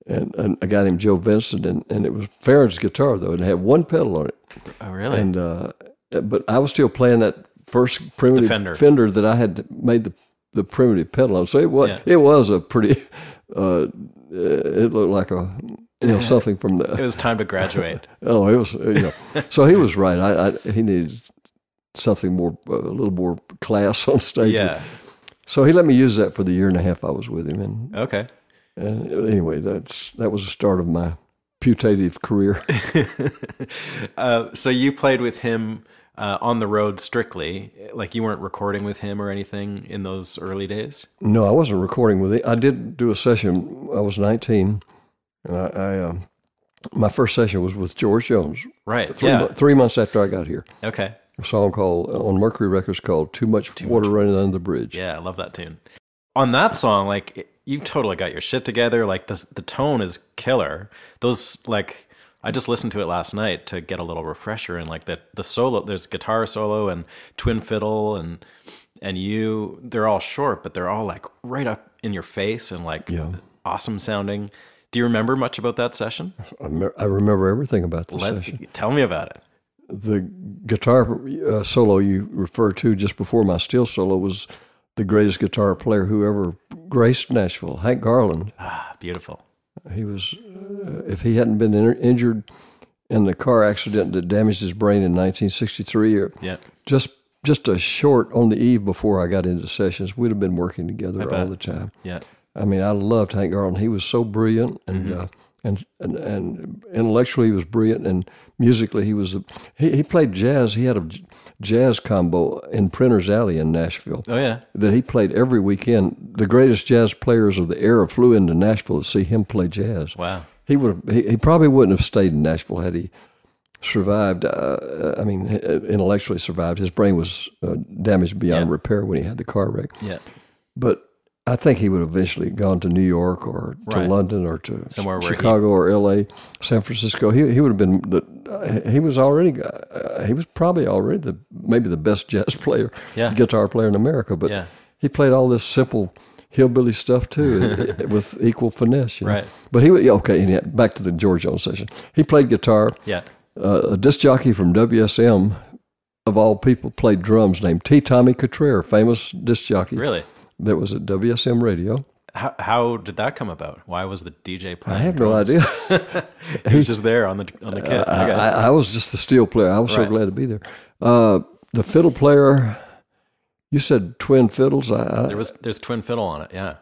And, and a guy named Joe Vincent, and, and it was Farron's guitar though, and it had one pedal on it.
Oh, really?
And uh, but I was still playing that first primitive
The Fender.
that I had made the the primitive pedal on. So it was
Yeah.
it was a pretty. Uh, it looked like a you know something from the
it was time to graduate.
Oh, it was you know. so he was right. I, I he needed something more, a little more class on stage.
yeah.
So he let me use that for the year and a half I was with him, and,
Okay.
and anyway, that's that was the start of my putative career.
Uh, so you played with him uh, on the road strictly, like you weren't recording with him or anything in those early days.
no, I wasn't recording with him. I did do a session. I was nineteen, and I, I um, my first session was with George Jones.
Right.
Three,
yeah.
mo- three months after I got here,
Okay.
a song called uh, on Mercury Records called "Too Much Water Running Under the Bridge."
Yeah, I love that tune. On that song, like it- you've totally got your shit together. Like the the tone is killer. Those like I just listened to it last night to get a little refresher and like the the solo. There's guitar solo and twin fiddle and and you. They're all short, but they're all like right up in your face and like awesome sounding. Do you remember much about that session?
I, me- I remember everything about this
Let,
session.
tell me about it.
the guitar uh, solo you referred to just before my steel solo was the greatest guitar player who ever graced Nashville, Hank Garland.
Ah, beautiful.
He was, uh, if he hadn't been in, injured in the car accident that damaged his brain in 1963, or
Yeah.
just just a short on the eve before I got into sessions, we'd have been working together all
bet.
the time.
Yeah.
I mean, I loved Hank Garland. He was so brilliant, and
Mm-hmm.
uh, and, and and intellectually he was brilliant, and musically he was. A, he he played jazz. He had a j- jazz combo in Printer's Alley in Nashville
Oh yeah.
that he played every weekend. The greatest jazz players of the era flew into Nashville to see him play jazz.
Wow.
He would. He, he probably wouldn't have stayed in Nashville had he survived. Uh, I mean, intellectually survived. His brain was uh, damaged beyond
Yeah.
repair when he had the car wreck
Yeah.
but I think he would have eventually gone to New York or to
Right.
London or to
Somewhere where he-
Chicago or L.A., San Francisco. He, he would have been the uh, he was already uh, he was probably already the maybe the best jazz player,
Yeah.
guitar player in America. But
Yeah.
he played all this simple hillbilly stuff too, eh, with equal finesse. you know.
Right.
But he was yeah, okay. And yeah, back to the George Jones session. He played guitar.
Yeah.
Uh, a disc jockey from WSM, of all people, played drums named T. Tommy Cotrera, famous disc jockey
Really?
that was at WSM Radio.
How, how did that come about? Why was the DJ
I
playing?
have no
drums?
idea.
He was just there on the on the kit.
I,
Okay.
I, I was just the steel player. I was
Right.
so glad to be there. Uh, the fiddle player, you said twin fiddles. I,
there was there's twin fiddle on it. Yeah.
I,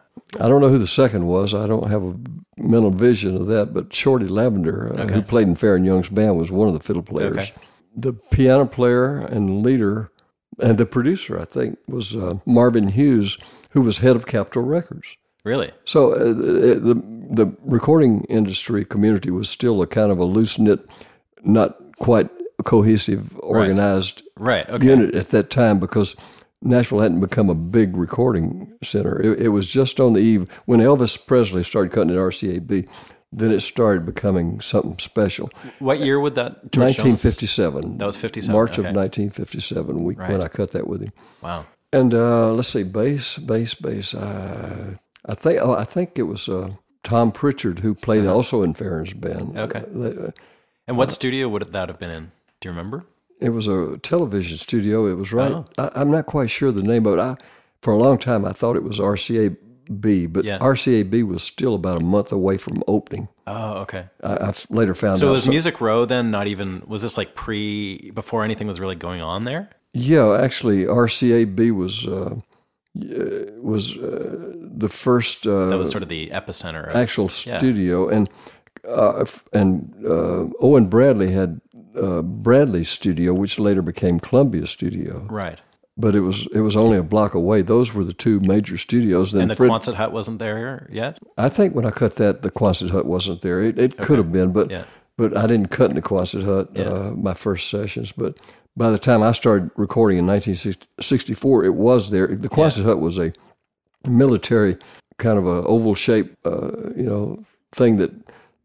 I don't know who the second was. I don't have a mental vision of that, but Shorty Lavender, uh, who played in Fair and Young's band, was one of the fiddle players.
Okay.
The piano player and leader and the producer, I think, was uh, Marvin Hughes, who was head of Capitol Records.
Really?
So uh, the, the the recording industry community was still a kind of a loose knit, not quite cohesive, organized
Right. Okay.
unit at that time because Nashville hadn't become a big recording center. It, it was just on the eve when Elvis Presley started cutting at RCAB. Then it started becoming something special.
What year would that? George Jones-
1957.
That was 57,
March of
okay.
1957. We, When I cut that with him
Wow.
and uh, let's see, bass, bass, bass. Uh, I think oh, I think it was uh, Tom Pritchard who played also in Farron's band.
Uh-huh. Okay.
Uh,
And what studio would that have been in? Do you remember?
It was a television studio. It was right.
Oh.
I, I'm not quite sure the name of it. I, for a long time, I thought it was RCAB, but
Yeah.
RCAB was still about a month away from opening.
Oh, okay.
I, I f- later found
So
out.
was Music Row then not even was this like pre before anything was really going on there?
Yeah, actually, RCAB was uh, y- was uh, the first. Uh,
That was sort of the epicenter. Of,
actual studio and uh, f- and uh, Owen Bradley had uh, Bradley's studio, which later became Columbia Studio,
right.
but it was it was only a block away. Those were the two major studios. Then
And the
Fred,
Quonset Hut wasn't there yet.
I think when I cut that, the Quonset Hut wasn't there. It, it could have been, but
Yeah.
but I didn't cut in the Quonset Hut uh, my first sessions. But by the time I started recording in 1964, it was there. The Quonset Hut was a military kind of a oval shape, uh, you know, thing that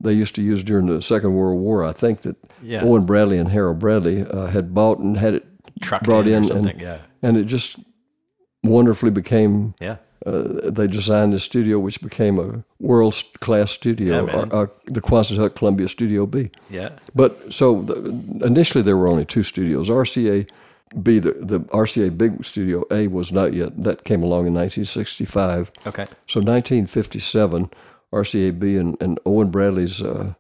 they used to use during the Second World War. I think that
Yeah.
Owen Bradley and Harold Bradley uh, had bought and had it,
Trucked
Brought
in,
in
or
and-
something. yeah.
and it just wonderfully became
Yeah.
uh, they designed the studio, which became a world class studio,
Yeah, man.
or, uh, the Quonset Hut Columbia Studio B.
Yeah.
But so the, initially there were only two studios. RCA B, the, the RCA Big Studio A was not yet, that came along in 1965.
Okay.
So 1957, RCA B and, and Owen Bradley's uh,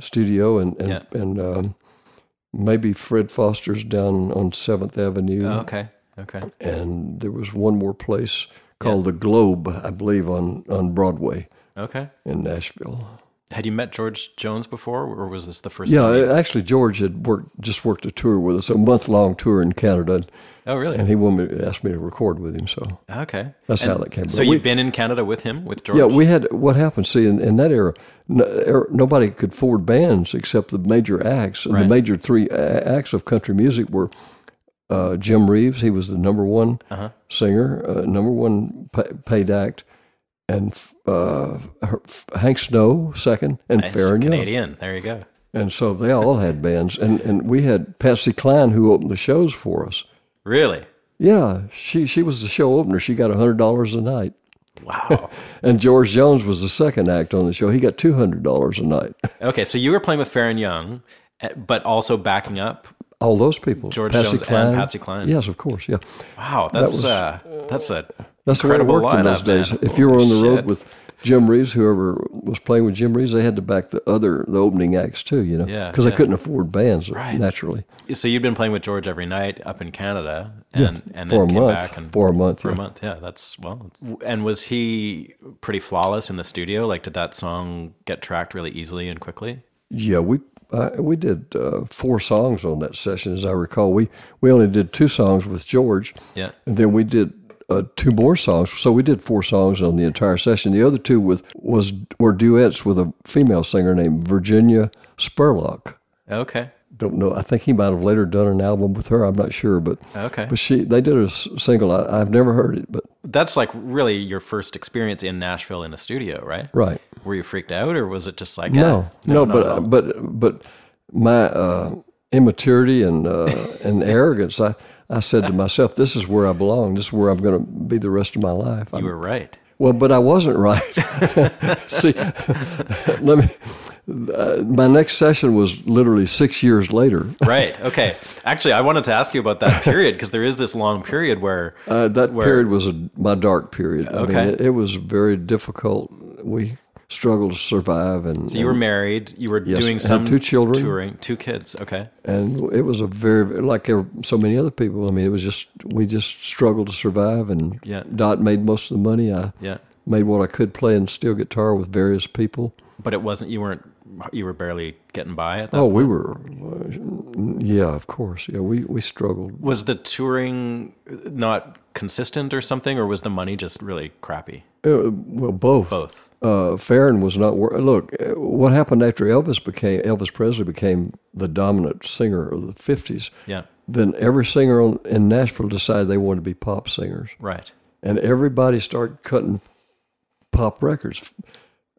studio, and, and,
Yeah.
and um, maybe Fred Foster's down on 7th Avenue
Oh, okay. Okay.
and there was one more place called the Globe, I believe, on on Broadway
Okay.
in Nashville.
Had you met George Jones before, or was this the first?
Yeah,
time?
uh, actually, George had worked just worked a tour with us, a month long tour in Canada,
Oh, really?
and he wanted me, asked me to record with him. So
Okay.
that's
And
how that came.
So
about.
you've been in Canada with him, with George?
yeah, we had what happened. See, in, in that era, no, er, nobody could forward bands except the major acts. And
Right.
The major three a- acts of country music were uh, Jim Reeves. He was the number one
Uh-huh.
singer, uh, number one pa- paid act, and f- uh, her- f- Hank Snow second, and
Nice.
Farron Young.
Canadian. There you go.
And so they all had bands, and and we had Patsy Cline who opened the shows for us.
Really?
Yeah, she she was the show opener. She got hundred dollars a night.
Wow.
And George Jones was the second act on the show. He got two hundred dollars a night.
okay, so you were playing with Farron Young, eh, but also backing up.
All those people,
George
Patsy
Jones and
Cline.
Patsy Cline.
Yes, of course. Yeah,
Wow, that's uh, that's a
that's the way it
Incredible
worked in those
lineup,
days.
man.
If you were
Holy
on the road
shit.
with Jim Reeves, whoever was playing with Jim Reeves, they had to back the other the opening acts too. You know,
Yeah,
because
yeah.
they couldn't afford bands naturally
so you've been playing with George every night up in Canada, and and then
for a
came
month.
back and
for a month.
for a
yeah.
month. Yeah, that's well. And was he pretty flawless in the studio? Like, did that song get tracked really easily and quickly?
Yeah, we uh, we did uh, four songs on that session, as I recall. We we only did two songs with George,
Yeah.
and then we did uh, two more songs. So we did four songs on the entire session. The other two with was were duets with a female singer named Virginia Spurlock.
Okay.
Don't know. I think he might have later done an album with her. I'm not sure, but
Okay.
but she they did a s- single. I, I've never heard it, but
That's like really your first experience in Nashville in a studio, right?
right.
Were you freaked out, or was it just like eh,
No, no,
not
but
at all.
but but my uh, immaturity and uh, and arrogance, I I said to myself, this is where I belong. This is where I'm going to be the rest of my life.
you
I'm,
were right?
Well, but I wasn't right. See, let me. Uh, my next session was literally six years later.
Right. Okay. Actually, I wanted to ask you about that period because there is this long period where
Uh, that
Where-
period was a, my dark period. I
Okay.
mean, it, it was very difficult. We struggled to survive, and
so you were married, you were
um, Yes,
doing
I had
some
two children.
touring, two kids. Okay.
and it was a very like ev- so many other people. I mean, it was just we just struggled to survive, and
Yeah.
Dot made most of the money. I
Yeah.
made what I could play and steel guitar with various people.
But it wasn't. You weren't. You were barely getting by at that.
Oh, we were, yeah, of course, yeah, we we struggled.
Was the touring not consistent or something, or was the money just really crappy?
Uh, well, both.
Both.
Uh, Farron was not. Wor- Look, uh, what happened after Elvis became Elvis Presley became the dominant singer of the fifties.
Yeah.
Then every singer on, in Nashville decided they wanted to be pop singers,
Right.
and everybody started cutting pop records,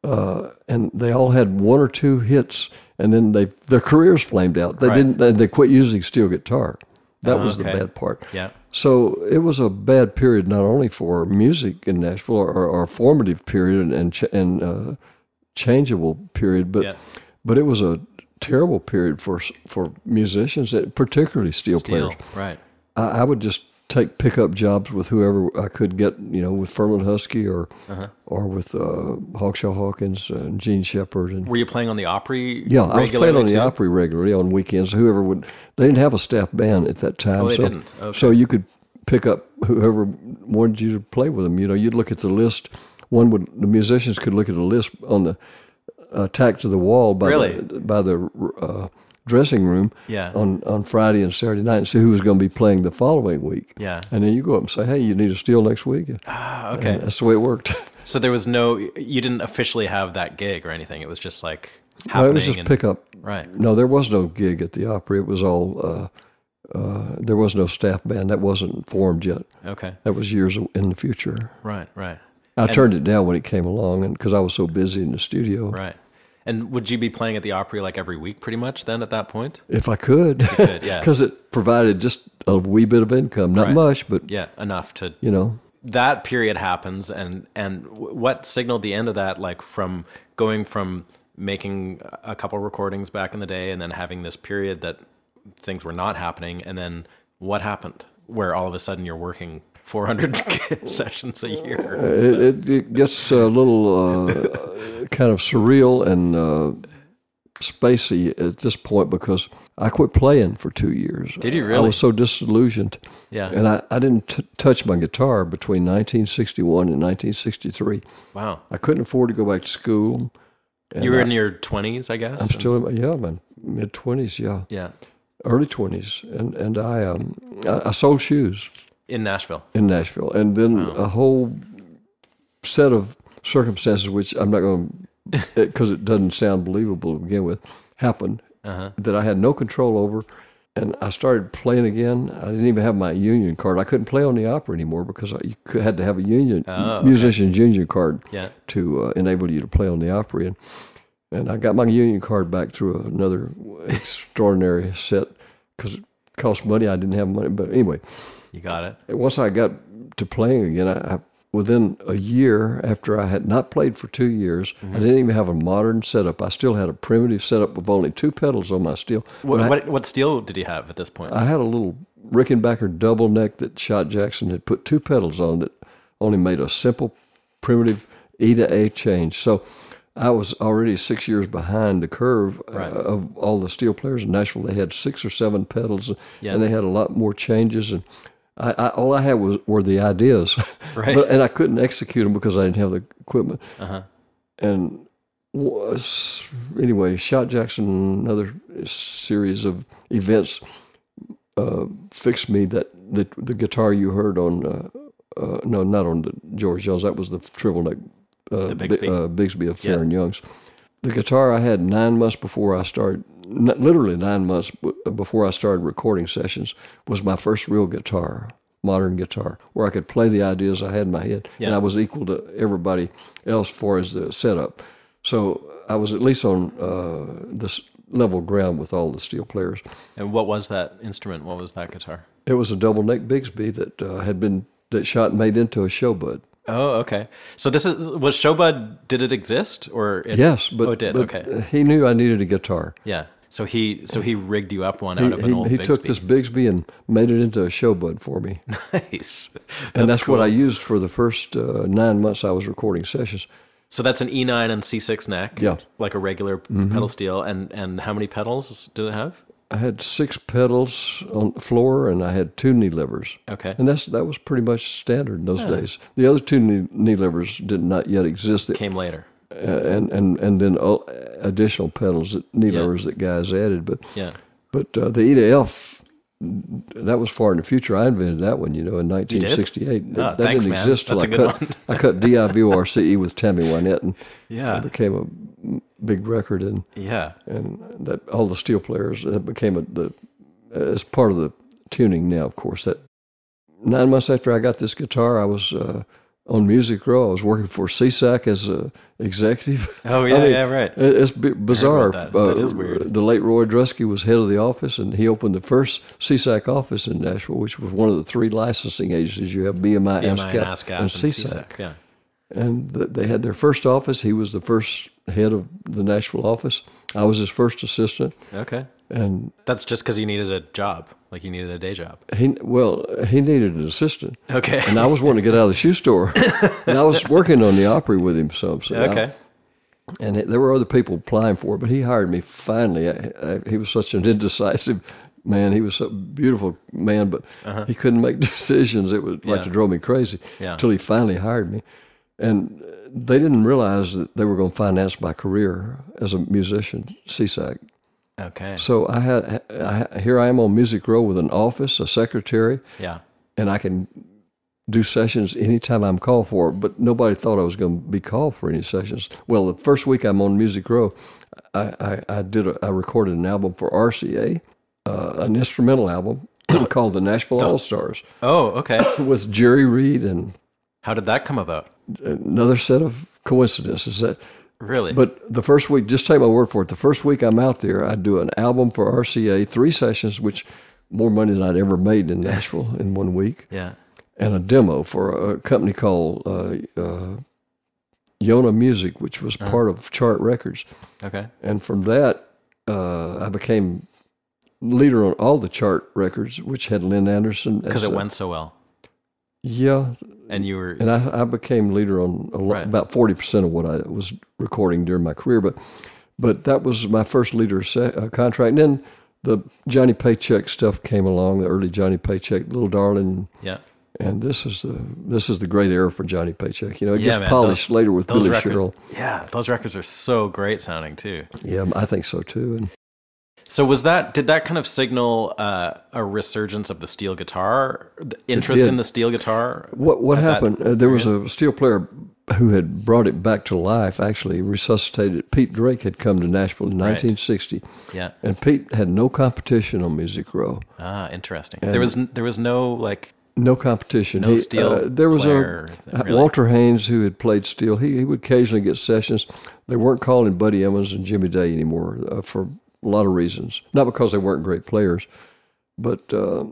uh, and they all had one or two hits, and then they their careers flamed out. They
Right.
didn't. They, they quit using steel guitar. That was
Okay.
the bad part.
Yeah.
So it was a bad period, not only for music in Nashville, or, or, or a formative period and and, ch- and uh, changeable period, but
Yeah.
but it was a terrible period for s- for musicians, and particularly steel,
Deal.
players.
Right.
I, I would just take pickup jobs with whoever I could get, you know, with Furlan Husky or or with uh, Hawkshaw Hawkins and Gene Shepard and
Were you playing on the Opry?
yeah, I was playing
regularly
on the
too?
Opry regularly on weekends. Whoever would, they didn't have a staff band at that time.
Oh, they
so,
didn't. Okay.
So you could pick up whoever wanted you to play with them. You know, you'd look at the list. One would, the musicians could look at a list on the uh, tacked to the wall by
Really?
the, by the uh, dressing room
Yeah.
on, on Friday and Saturday night and see who was going to be playing the following week.
Yeah.
And uh, then you go up and say, hey, you need a steal next week.
Ah, okay.
That's the way it worked.
So there was no. You didn't officially have that gig or anything. It was just like
No,
happening.
it was just
and,
pick up
Right.
No, there was no gig at the Opry. It was all, uh, uh, there was no staff band. That wasn't formed yet.
Okay.
That was years in the future.
Right. Right.
I turned it down when it came along and because I was so busy in the studio.
Right. And would you be playing at the Opry like every week, pretty much? Then at that point.
If I could,
could, yeah.
because it provided just a wee bit of income. Not
Right.
much, but,
Yeah. Enough to
you know,
that period happens and and wh- what signaled the end of that like from going from making a couple recordings back in the day and then having this period that things were not happening and then what happened where all of a sudden you're working 400 sessions a year
it, it, it gets a little uh, kind of surreal and uh, spacey at this point because I quit playing for two years.
Did you
I
really?
was so disillusioned.
Yeah.
And I, I didn't t- touch my guitar between 1961 and 1963.
wow
I couldn't afford to go back to school.
you were in your 20s i guess
I'm still in my, yeah, my mid 20s, yeah,
yeah
early 20s. And, and I, um, I, I sold shoes
in nashville
in Nashville. And then a whole set of circumstances, which I'm not going to, because it doesn't sound believable to begin with, happened that I had no control over. And I started playing again. I didn't even have my union card. I couldn't play on the opera anymore because I, you could, had to have a union musician's union card
Yeah.
to uh, enable you to play on the opera. And, and I got my union card back through another extraordinary set because it cost money. I didn't have money, but anyway,
you got it
and once I got to playing again, I, I within a year after I had not played for two years, I didn't even have a modern setup. I still had a primitive setup with only two pedals on my steel.
what, what, what steel did you have at this point
I had a little Rickenbacker double neck that Shot Jackson had put two pedals on that only made a simple primitive E to A change. So I was already six years behind the curve uh, of all the steel players in Nashville. They had six or seven pedals, uh,
Yeah.
and they had a lot more changes. And I, I, all I had was were the ideas,
Right. Uh-huh.
But- and I couldn't execute them because I didn't have the equipment. And was anyway shot jackson another series of events uh, fixed me that the, the guitar you heard on uh, uh, no not on the george jones that was the triple neck uh,
The
Bi-
Bixby.
uh, Bixby of Fair and Youngs. The guitar I had nine months before I started, n- literally nine months b- before I started recording sessions, was my first real guitar, modern guitar, where I could play the ideas I had in my head, and
Yeah.
I was equal to everybody else far as the setup. So I was at least on uh, this level ground with all the steel players.
and what was that instrument what was that guitar
It was a double neck Bigsby that uh, had been that shot made into a showbud.
Oh, okay. So this is was Shoba. Did it exist or it,
Yes, but
oh, it did.
but
okay,
He knew I needed a guitar.
yeah. So he so he rigged you up one
He,
out of an
he,
old
he
Bigsby.
took this Bigsby and made it into a showbud for me,
nice.
and that's what I used for the first uh, nine months I was recording sessions.
So that's an E9 and C6 neck.
Yeah. Mm-hmm.
like a regular pedal steel. And and how many pedals did it have?
I had six pedals on the floor, and I had two knee levers,
Okay.
and that's that was pretty much standard in those days. The other two knee, knee levers did not yet exist, that-
Came later.
and and and then o- additional pedals, that, knee
Yeah.
levers that guys added, but.
Yeah.
But uh, the E to F, that was far in the future. I invented that one, you know, in 1968. That-
Ah,
that
thanks,
didn't
man.
exist till
That's
I
a good
cut, I cut D-I-V-O-R-C-E E with Tammy Wynette, and
Yeah.
it became a m- big record. And,
Yeah.
and that all the steel players that became a, the as part of the tuning now. Of course, that nine months after I got this guitar, I was. Uh, on Music Row, I was working for CSAC as a executive.
Oh,
I
yeah,
mean,
yeah, right.
it- It's bi- bizarre. Uh,
that. That is weird.
The late Roy Dresky was head of the office, and he opened the first CSAC office in Nashville, which was one of the three licensing agencies you have:
BMI
BMI, ASCAP,
and ASCAP and
CSAC.
CSAC. Yeah.
And th- they had their first office. He was the first head of the Nashville office. I was his first assistant,
Okay.
and
That's just because you needed a job, like you needed a day job.
he well, he needed an assistant.
Okay.
And I was wanting to get out of the shoe store, and I was working on the Opry with him some. So I-
okay.
and it, there were other people applying for it, but he hired me finally. I, I, he was such an indecisive man. He was a beautiful man, but he couldn't make decisions. It was like
Uh-huh. Yeah.
to drove me crazy
Yeah.
until he finally hired me. And uh, they didn't realize that they were going to finance my career as a musician, CSAC.
Okay.
So I had, I, I- here I am on Music Row with an office, a secretary,
Yeah.
and I can do sessions anytime I'm called for. But nobody thought I was going to be called for any sessions. Well, the first week I'm on Music Row, I, I, I did a, I recorded an album for RCA, uh, an instrumental album called the Nashville All Stars
Oh, okay.
with Jerry Reed and
How did that come about?
another set of coincidences that.
Really?
But the first week, just take my word for it. The first week I'm out there, I do an album for RCA, three sessions, which more money than I'd ever made in Nashville in one week.
yeah.
and a demo for a company called uh, uh, Yona Music, which was
Uh-huh.
part of Chart Records.
Okay.
And from that, uh, I became leader on all the Chart Records, which had Lynn Anderson.
Because
as
it
a-
went so well,
Yeah,
and you were
and I, I became leader on a lot,
Right.
about forty percent of what I was recording during my career. But but that was my first leader se- uh, contract. And then the Johnny Paycheck stuff came along, the early Johnny Paycheck, Little Darling.
yeah.
And this is the this is the great era for Johnny Paycheck. You know, it
Yeah,
gets
man,
polished
those-
later with
Those
Billy
records,
Sherrill.
yeah, those records are so great sounding too.
Yeah, I think so too. And
So was that did that kind of signal uh, a resurgence of the steel guitar, the interest
did.
in the steel guitar?
what what
At that
happened? Uh, there was a steel player who had brought it back to life. Actually, resuscitated. it. Pete Drake had come to Nashville in 1960,
Yeah.
and Pete had no competition on Music Row.
Ah, interesting. there was n- there was no like
No competition. uh,
No steel
there was
player,
a
really.
Walter Haynes who had played steel. He, he would occasionally get sessions. They weren't calling Buddy Emmons and Jimmy Day anymore uh, for a lot of reasons. Not because they weren't great players, but uh,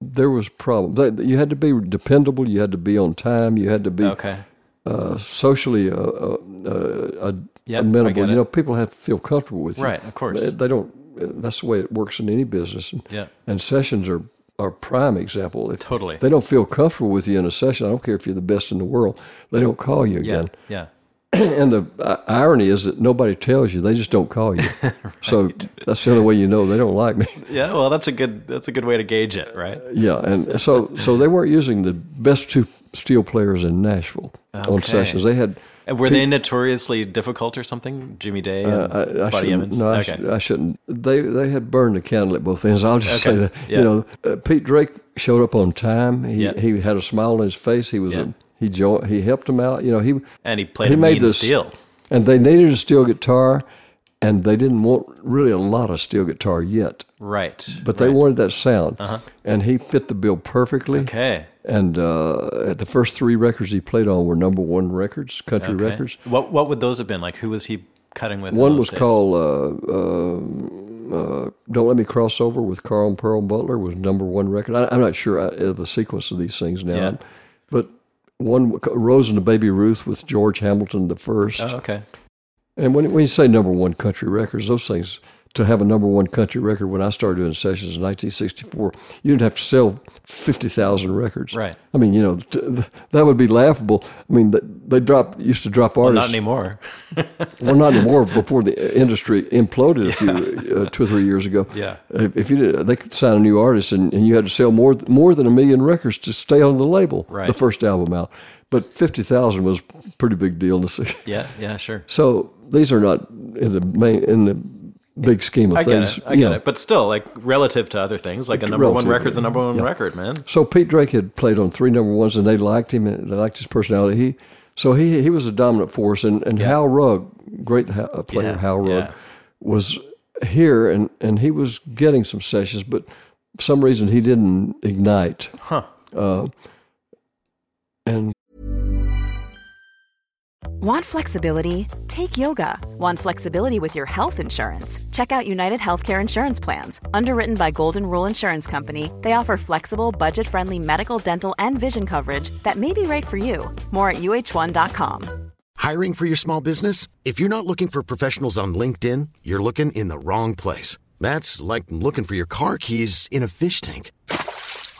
there was problems. They- You had to be dependable. You had to be on time. You had to be
okay.
uh, socially uh, uh, uh,
Yep, I
amenable.
get
You
it.
know, people have to feel comfortable with you.
Right, of course.
They, they don't. That's the way it works in any business. And,
Yeah.
and sessions are are a prime example. If
Totally.
they don't feel comfortable with you in a session, I don't care if you're the best in the world. They don't call you
Yeah.
again.
Yeah.
And the uh, irony is that nobody tells you; they just don't call you. So that's the only way you know they don't like me.
Yeah, well, that's a good that's a good way to gauge it, right?
yeah, and so so they weren't using the best two steel players in Nashville on
Okay.
sessions. They had.
And Were they notoriously difficult or something? Jimmy Day and
Uh, I,
Buddy
I shouldn't-
Emmons.
No, I,
okay.
should- uh, I shouldn't. They they had burned the candle at both ends. I'll just
Okay.
say that.
Yeah.
You know, uh, Pete Drake showed up on time. He
Yeah.
he had a smile on his face. He was
Yeah.
a, he jo- he helped him out. You know, he
and he played
he
a
made
mean
this-
steel.
and they needed a steel guitar, and they didn't want really a lot of steel guitar yet,
Right. Uh-huh.
but they wanted that sound, and he fit the bill perfectly.
Okay.
And uh, the first three records he played on were number one records, country
Okay.
records.
What what would those have been? Like who was he cutting with? in
One
those
was
days?
called uh, uh, uh, "Don't Let Me Cross Over" with Carl uh, and Pearl Butler was number one record. I, I'm not sure I, of the sequence of these things now,
Yeah.
but one Rose and the Baby Ruth with George Hamilton the first.
Oh, okay.
And when, when you say number one country records, those things to have a number one country record when I started doing sessions in 1964, you didn't have to sell 50,000 records.
Right.
I mean, you know, t- th- that would be laughable. I mean, th- they drop used to drop
Well,
artists.
not anymore.
Well, not anymore. Before the industry imploded a few, uh, two or three years ago.
Yeah.
If, if you did, they could sign a new artist, and, and you had to sell more th- more than a million records to stay on the label.
Right.
The first album out, but fifty thousand was a pretty big deal to see.
Yeah, yeah, sure.
So these are not in the main in the big scheme of
I get
things.
it. I
you
get
know.
it. But still, like relative to other things, like a number one
relative,
record's a number one record, man.
So Pete Drake had played on three number ones, and they liked him. And they liked his personality. He so he he was a dominant force. And and Hal Rugg, great ha- uh, player
Yeah,
Hal Rugg,
yeah.
was here, and and he was getting some sessions, but for some reason he didn't ignite.
Huh.
Uh, and
Want flexibility? Take yoga. Want flexibility with your health insurance? Check out United Healthcare Insurance Plans. Underwritten by Golden Rule Insurance Company, they offer flexible, budget friendly medical, dental, and vision coverage that may be right for you. More at uh1.com.
Hiring for your small business? If you're not looking for professionals on LinkedIn, you're looking in the wrong place. That's like looking for your car keys in a fish tank.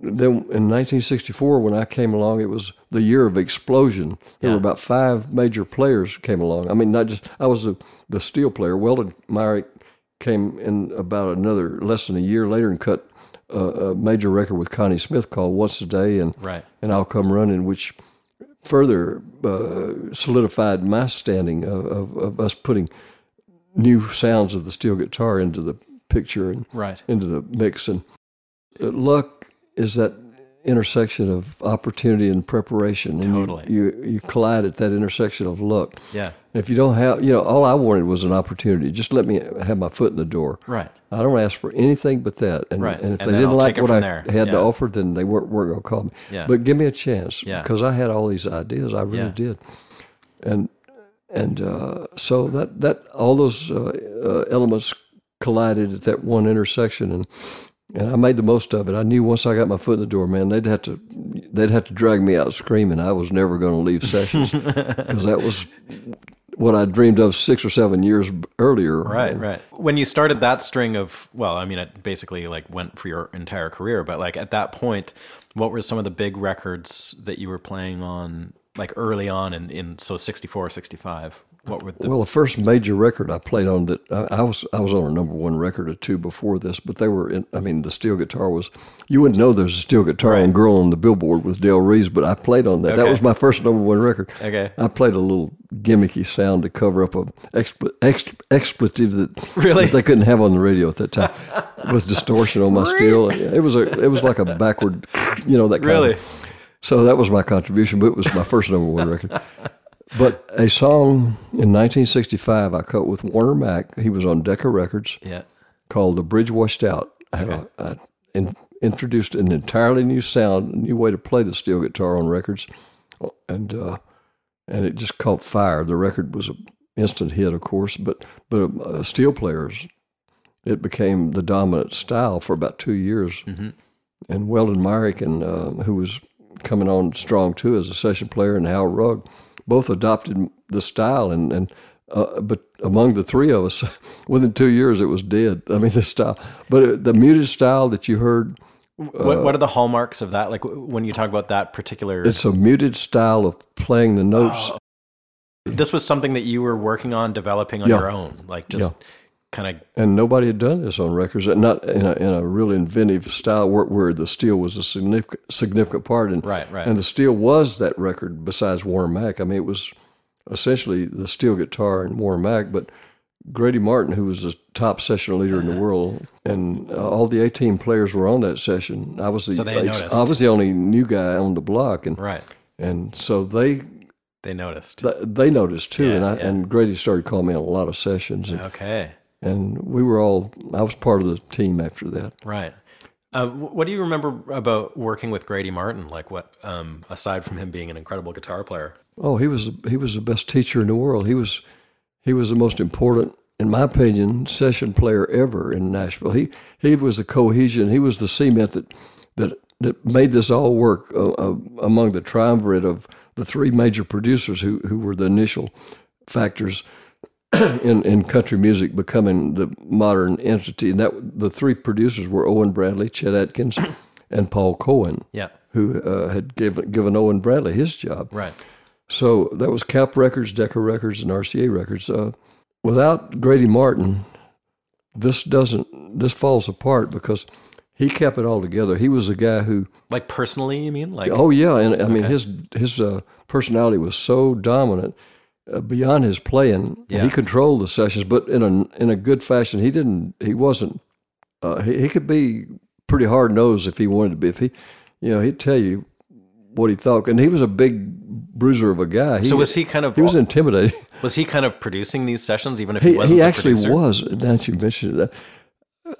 then in 1964, when I came along, it was the year of explosion. There were about five major players came along. I mean, not just I was the, the steel player. Weldon Myrick came in about another less than a year later and cut a, a major record with Connie Smith called "Once a Day" and
Right.
and "I'll Come Running," which further uh, solidified my standing of, of, of us putting new sounds of the steel guitar into the picture and
Right.
into the mix. And uh, luck is that intersection of opportunity and preparation. And you-
Totally.
You, you, collide at that intersection of luck.
Yeah.
And if you don't have, you know, all I wanted was an opportunity. Just let me have my foot in the door.
Right.
I don't ask for anything but that. And,
Right.
and if
And
they
then
didn't
I'll
like
take it
what
from
I
there.
had
Yeah.
to offer, then they weren't, weren't going to call me.
Yeah.
But give me a chance
Yeah.
because I had all these ideas. I really
Yeah.
did. And and uh, so that, that all those uh, uh, elements collided at that one intersection, and and I made the most of it. I knew once I got my foot in the door, man, they'd have to they'd have to drag me out screaming. I was never going to leave sessions because that was what I dreamed of six or seven years b- earlier.
Right, right. When you started that string of, well, I mean, it basically like went for your entire career, but like at that point, what were some of the big records that you were playing on like early on in, in so 64, 65? What were the,
Well, the first major record I played on that I, I was I was on a number one record or two before this, but they were in, I mean the steel guitar was you wouldn't know there's a steel guitar on Girl on the Billboard with Dale Reeves, but I played on that. That
Okay.
was my first number one record.
Okay.
I played a little gimmicky sound to cover up a expl, ex, expletive that
Really?
that they couldn't have on the radio at that time. it was distortion on my steel. It was a it was like a backward, you know that kind
Really?
of so that was my contribution, but it was my first number one record. But a song in 1965 I cut with Warner Mack. He was on Decca Records
yeah,
called "The Bridge Washed Out." I, had a- I in, introduced an entirely new sound, a new way to play the steel guitar on records, and uh, and it just caught fire. The record was an instant hit, of course, but but uh, steel players, it became the dominant style for about two years. And Weldon Myrick, and uh, who was coming on strong too as a session player, and Hal Rugg, both adopted the style and and. Uh, but among the three of us, within two years it was dead. I mean, the style, but it, the muted style that you heard
what, what are the hallmarks of that? Like w- when you talk about that particular,
Uh, It's uh, a muted style of playing the notes.
this was something that you were working on developing on
Yeah.
your own, like just kind of,
And nobody had done this on records, and not in a, in a really inventive style where, where the steel was a significant, significant part. And,
Right, right.
And the steel was that record besides Warner Mack. I mean, it was essentially the steel guitar and Warner Mack, but Grady Martin, who was the top session leader in the world, and uh, all the 18 players were on that session. I was the,
So they had
I
noticed.
was the only new guy on the block. And,
right.
and so they
They noticed.
Th- they noticed too,
Yeah,
and I,
yeah.
and Grady started calling me on a lot of sessions, and,
Okay.
And we were all, I was part of the team after that.
Right. Uh, wh- what do you remember about working with Grady Martin? Like, what um, aside from him being an incredible guitar player?
Oh, he was he was the best teacher in the world. He was he was the most important, in my opinion, session player ever in Nashville. He he was the cohesion. He was the cement that that that made this all work uh, uh, among the triumvirate of the three major producers who who were the initial factors in in country music becoming the modern entity. And that the three producers were Owen Bradley, Chet Atkins, and Paul Cohen,
Yeah.
who uh, had given given Owen Bradley his job.
Right.
So that was Cap Records, Decca Records, and RCA Records. Uh, without Grady Martin, this doesn't this falls apart because he kept it all together. He was a guy who,
Like personally, you mean? Like,
oh yeah, and I mean his his uh, personality was so dominant uh, beyond his playing.
Yeah.
He controlled the sessions, but in a in a good fashion. He didn't. He wasn't. Uh, he, he could be pretty hard nosed if he wanted to be. If he, you know, he'd tell you what he thought, and he was a big bruiser of a guy.
so was he kind of
He was
was,
intimidating.
he kind of producing these sessions, even if he,
He,
wasn't?
he
the
actually
producer?
was. Now that you mentioned it,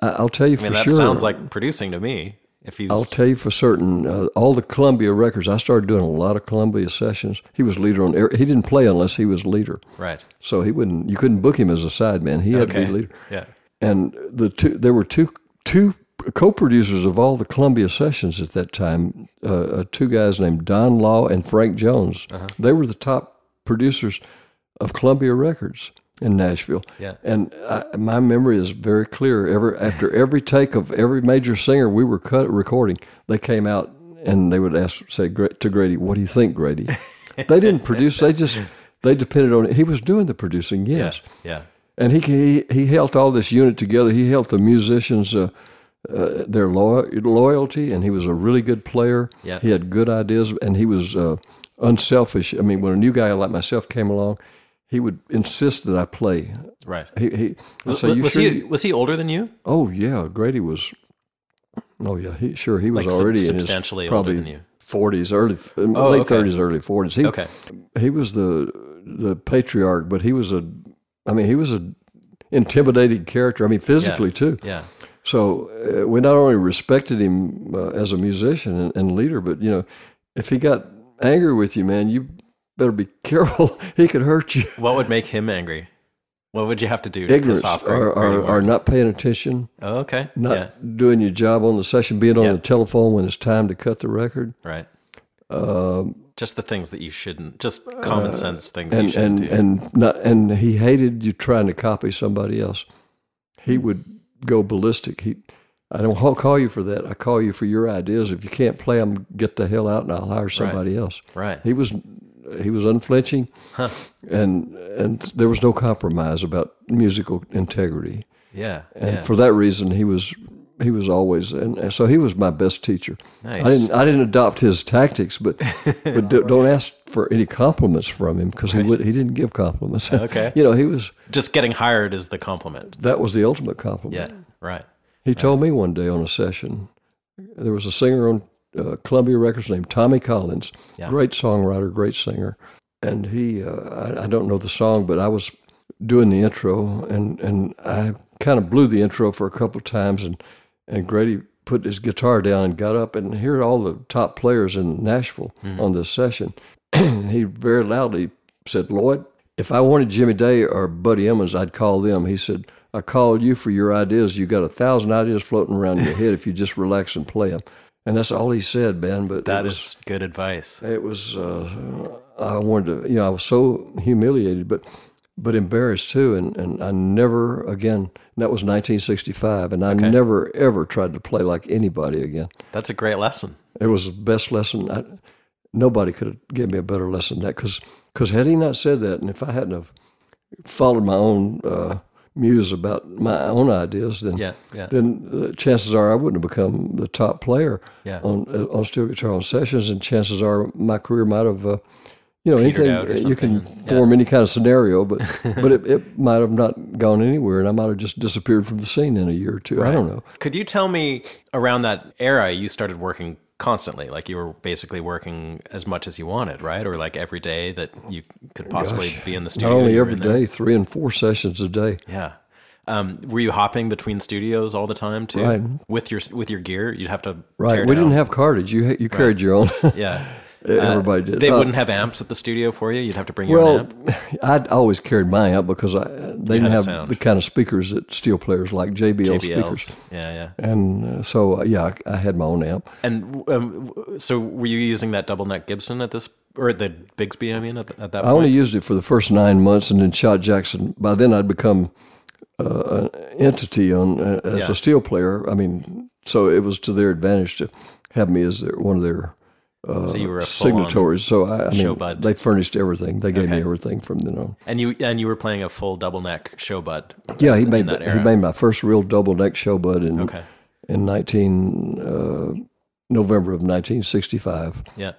I, I'll tell you
I
for
mean, that
sure.
sounds like producing to me. If he's
I'll tell you for certain. Uh, all the Columbia records, I started doing a lot of Columbia sessions. He was leader on. every- He didn't play unless he was leader,
right.
so he wouldn't. You couldn't book him as a sideman. He had to
Okay.
be leader.
Yeah.
And the two, there were two two co-producers of all the Columbia sessions at that time. Uh, uh, two guys named Don Law and Frank Jones.
Uh-huh.
They were the top producers of Columbia Records in Nashville.
Yeah.
And I, my memory is very clear. Ever after every take of every major singer we were cut recording, they came out and they would ask, say Gra- to Grady, "What do you think, Grady?" they didn't produce. They just they depended on it. He was doing the producing.
Yeah.
Yes
Yeah.
and he he, he held all this unit together. He helped the musicians uh, uh, their lo- loyalty, and he was a really good player.
Yeah.
he had good ideas, and he was uh, unselfish. I mean, when a new guy like myself came along, he would insist that I play.
Right.
He he I'd
Was,
say, "You
was
sure?"
he
you-"
was he older than you?
oh yeah, Grady was. Oh yeah, he sure he was
Like, sub-
already in his
substantially older
probably
than you.
40s, early
Oh,
late
okay.
30s, early 40s. He,
Okay.
he was the the patriarch, but he was a, I mean, he was a intimidating character. I mean, physically too.
Yeah.
So uh, we not only respected him uh, as a musician and, and leader, but you know, if he got angry with you, man, you better be careful. he could hurt you.
What would make him angry? What would you have to do to
Ignorance
piss off Grady,
or,
Grady
or, or
Martin?
not paying attention,
Oh, okay.
not
yeah.
doing your job on the session, being on
Yeah.
the telephone when it's time to cut the record.
Right. just the things that you shouldn't, just common sense things you
Um, Uh, and
shouldn't
and
do.
and not, and he hated you trying to copy somebody else.
Hmm.
He would go ballistic. He, I don't ha- call you for that. I call you for your ideas. If you can't play them, get the hell out, and I'll hire somebody else.
right.
He was he was unflinching, and and there was no compromise about musical integrity.
yeah.
And
Yeah.
for that reason, he was he was always and, and so he was my best teacher.
Nice.
I didn't I didn't adopt his tactics, but but do, don't ask for any compliments from him because he would he didn't give compliments.
Okay.
you know he was
just getting hired is the compliment.
that was the ultimate compliment.
Yeah. Right.
He told me one day on a session, there was a singer on uh, Columbia Records named Tommy Collins,
Yeah.
great songwriter, great singer. And he, uh, I, I don't know the song, but I was doing the intro and, and I kind of blew the intro for a couple of times. And, and Grady put his guitar down and got up. And here are all the top players in Nashville
Mm-hmm.
on this session. And he very loudly said, Lloyd, if I wanted Jimmy Day or Buddy Emmons, I'd call them. He said, I called you for your ideas. You got a thousand ideas floating around in your head if you just relax and play them. And that's all he said, Ben. But
That
it was,
is good advice.
it was. Uh, I wanted to, you know, I was so humiliated, but but embarrassed too. And and I never again. and that was 1965, and I never ever tried to play like anybody again.
That's a great lesson.
It was the best lesson. I, nobody could have given me a better lesson than that. Because had he not said that, and if I hadn't have followed my own uh, muse about my own ideas, then
Yeah. Yeah.
then uh, chances are I wouldn't have become the top player
Yeah.
on uh, on steel guitar on sessions, and chances are my career might have. Uh, you know,
Petered
anything
out or
uh, you can
something, yeah.
form any kind of scenario, but but it, it might have not gone anywhere, and I might have just disappeared from the scene in a year or two. I don't know.
Could you tell me around that era you started working constantly? Like you were basically working as much as you wanted, right? Or like every day that you could possibly be in the studio.
Not only
you were
every
in there?
day, three and four sessions a day.
Yeah. Um, were you hopping between studios all the time too?
Right.
With your with your gear, you'd have to tear
Right. We
down.
didn't have cartage. You you carried your own.
yeah.
Everybody did.
They
Uh,
wouldn't have amps at the studio for you. You'd have to bring your own
Well,
amp.
I'd always carried mine up because I, they
had
didn't
a
have
sound.
the kind of speakers that steel players like JBL
JBLs.
speakers.
Yeah, yeah.
And uh, so, uh, yeah, I, I had my own amp.
And um, w- so, were you using that double neck Gibson at this, or the Bigsby? I mean, at, at that
I
point,
only used it for the first nine months and then shot Jackson. By then, I'd become uh, an entity on uh, as
Yeah.
a steel player. I mean, so it was to their advantage to have me as their, one of their
so you were a full-on-
signatories. So I, I mean,
showbud.
they furnished everything. They gave me everything from then on.
and you and you were playing a full double neck showbud.
Yeah, he made
that
he
era.
made my first real double neck showbud in
Okay,
in nineteen uh, November of nineteen sixty five.
yeah.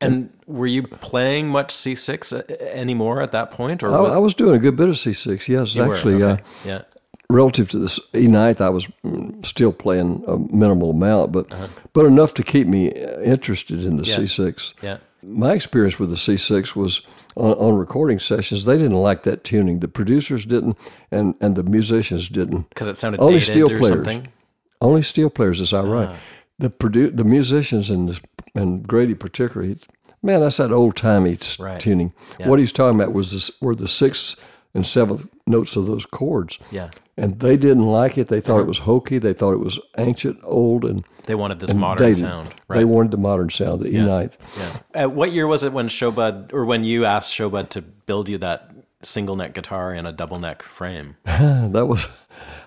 And were you playing much C six uh, anymore at that point, or
Oh, I,
what-
I was doing a good bit of C six. Yes,
you were?
actually,
Okay.
uh,
yeah,
relative to this E ninth, I was mm, still playing a minimal amount, but but enough to keep me uh, interested in the
Uh-huh. Yeah.
C six.
yeah,
My experience with the C6 was on, on recording sessions. They didn't like that tuning. The producers didn't, and, and the musicians didn't.
because it sounded
Only
dated
steel
or
players.
something. Uh-huh.
Only steel players, as I write. The produ- the musicians and this, and Grady particularly, he- man, that's that old timey s-
Right.
tuning. What he's talking about was this, were the sixth and seventh notes of those chords,
Yeah, Uh-huh.
and they didn't like it. They thought it was hokey. They thought it was ancient, old, and
they wanted this modern
dated.
sound.
They
Right.
wanted the modern sound, the E ninth.
yeah. Uh, what year was it when Showbud, or when you asked Showbud to build you that single neck guitar and a double neck frame?
That was,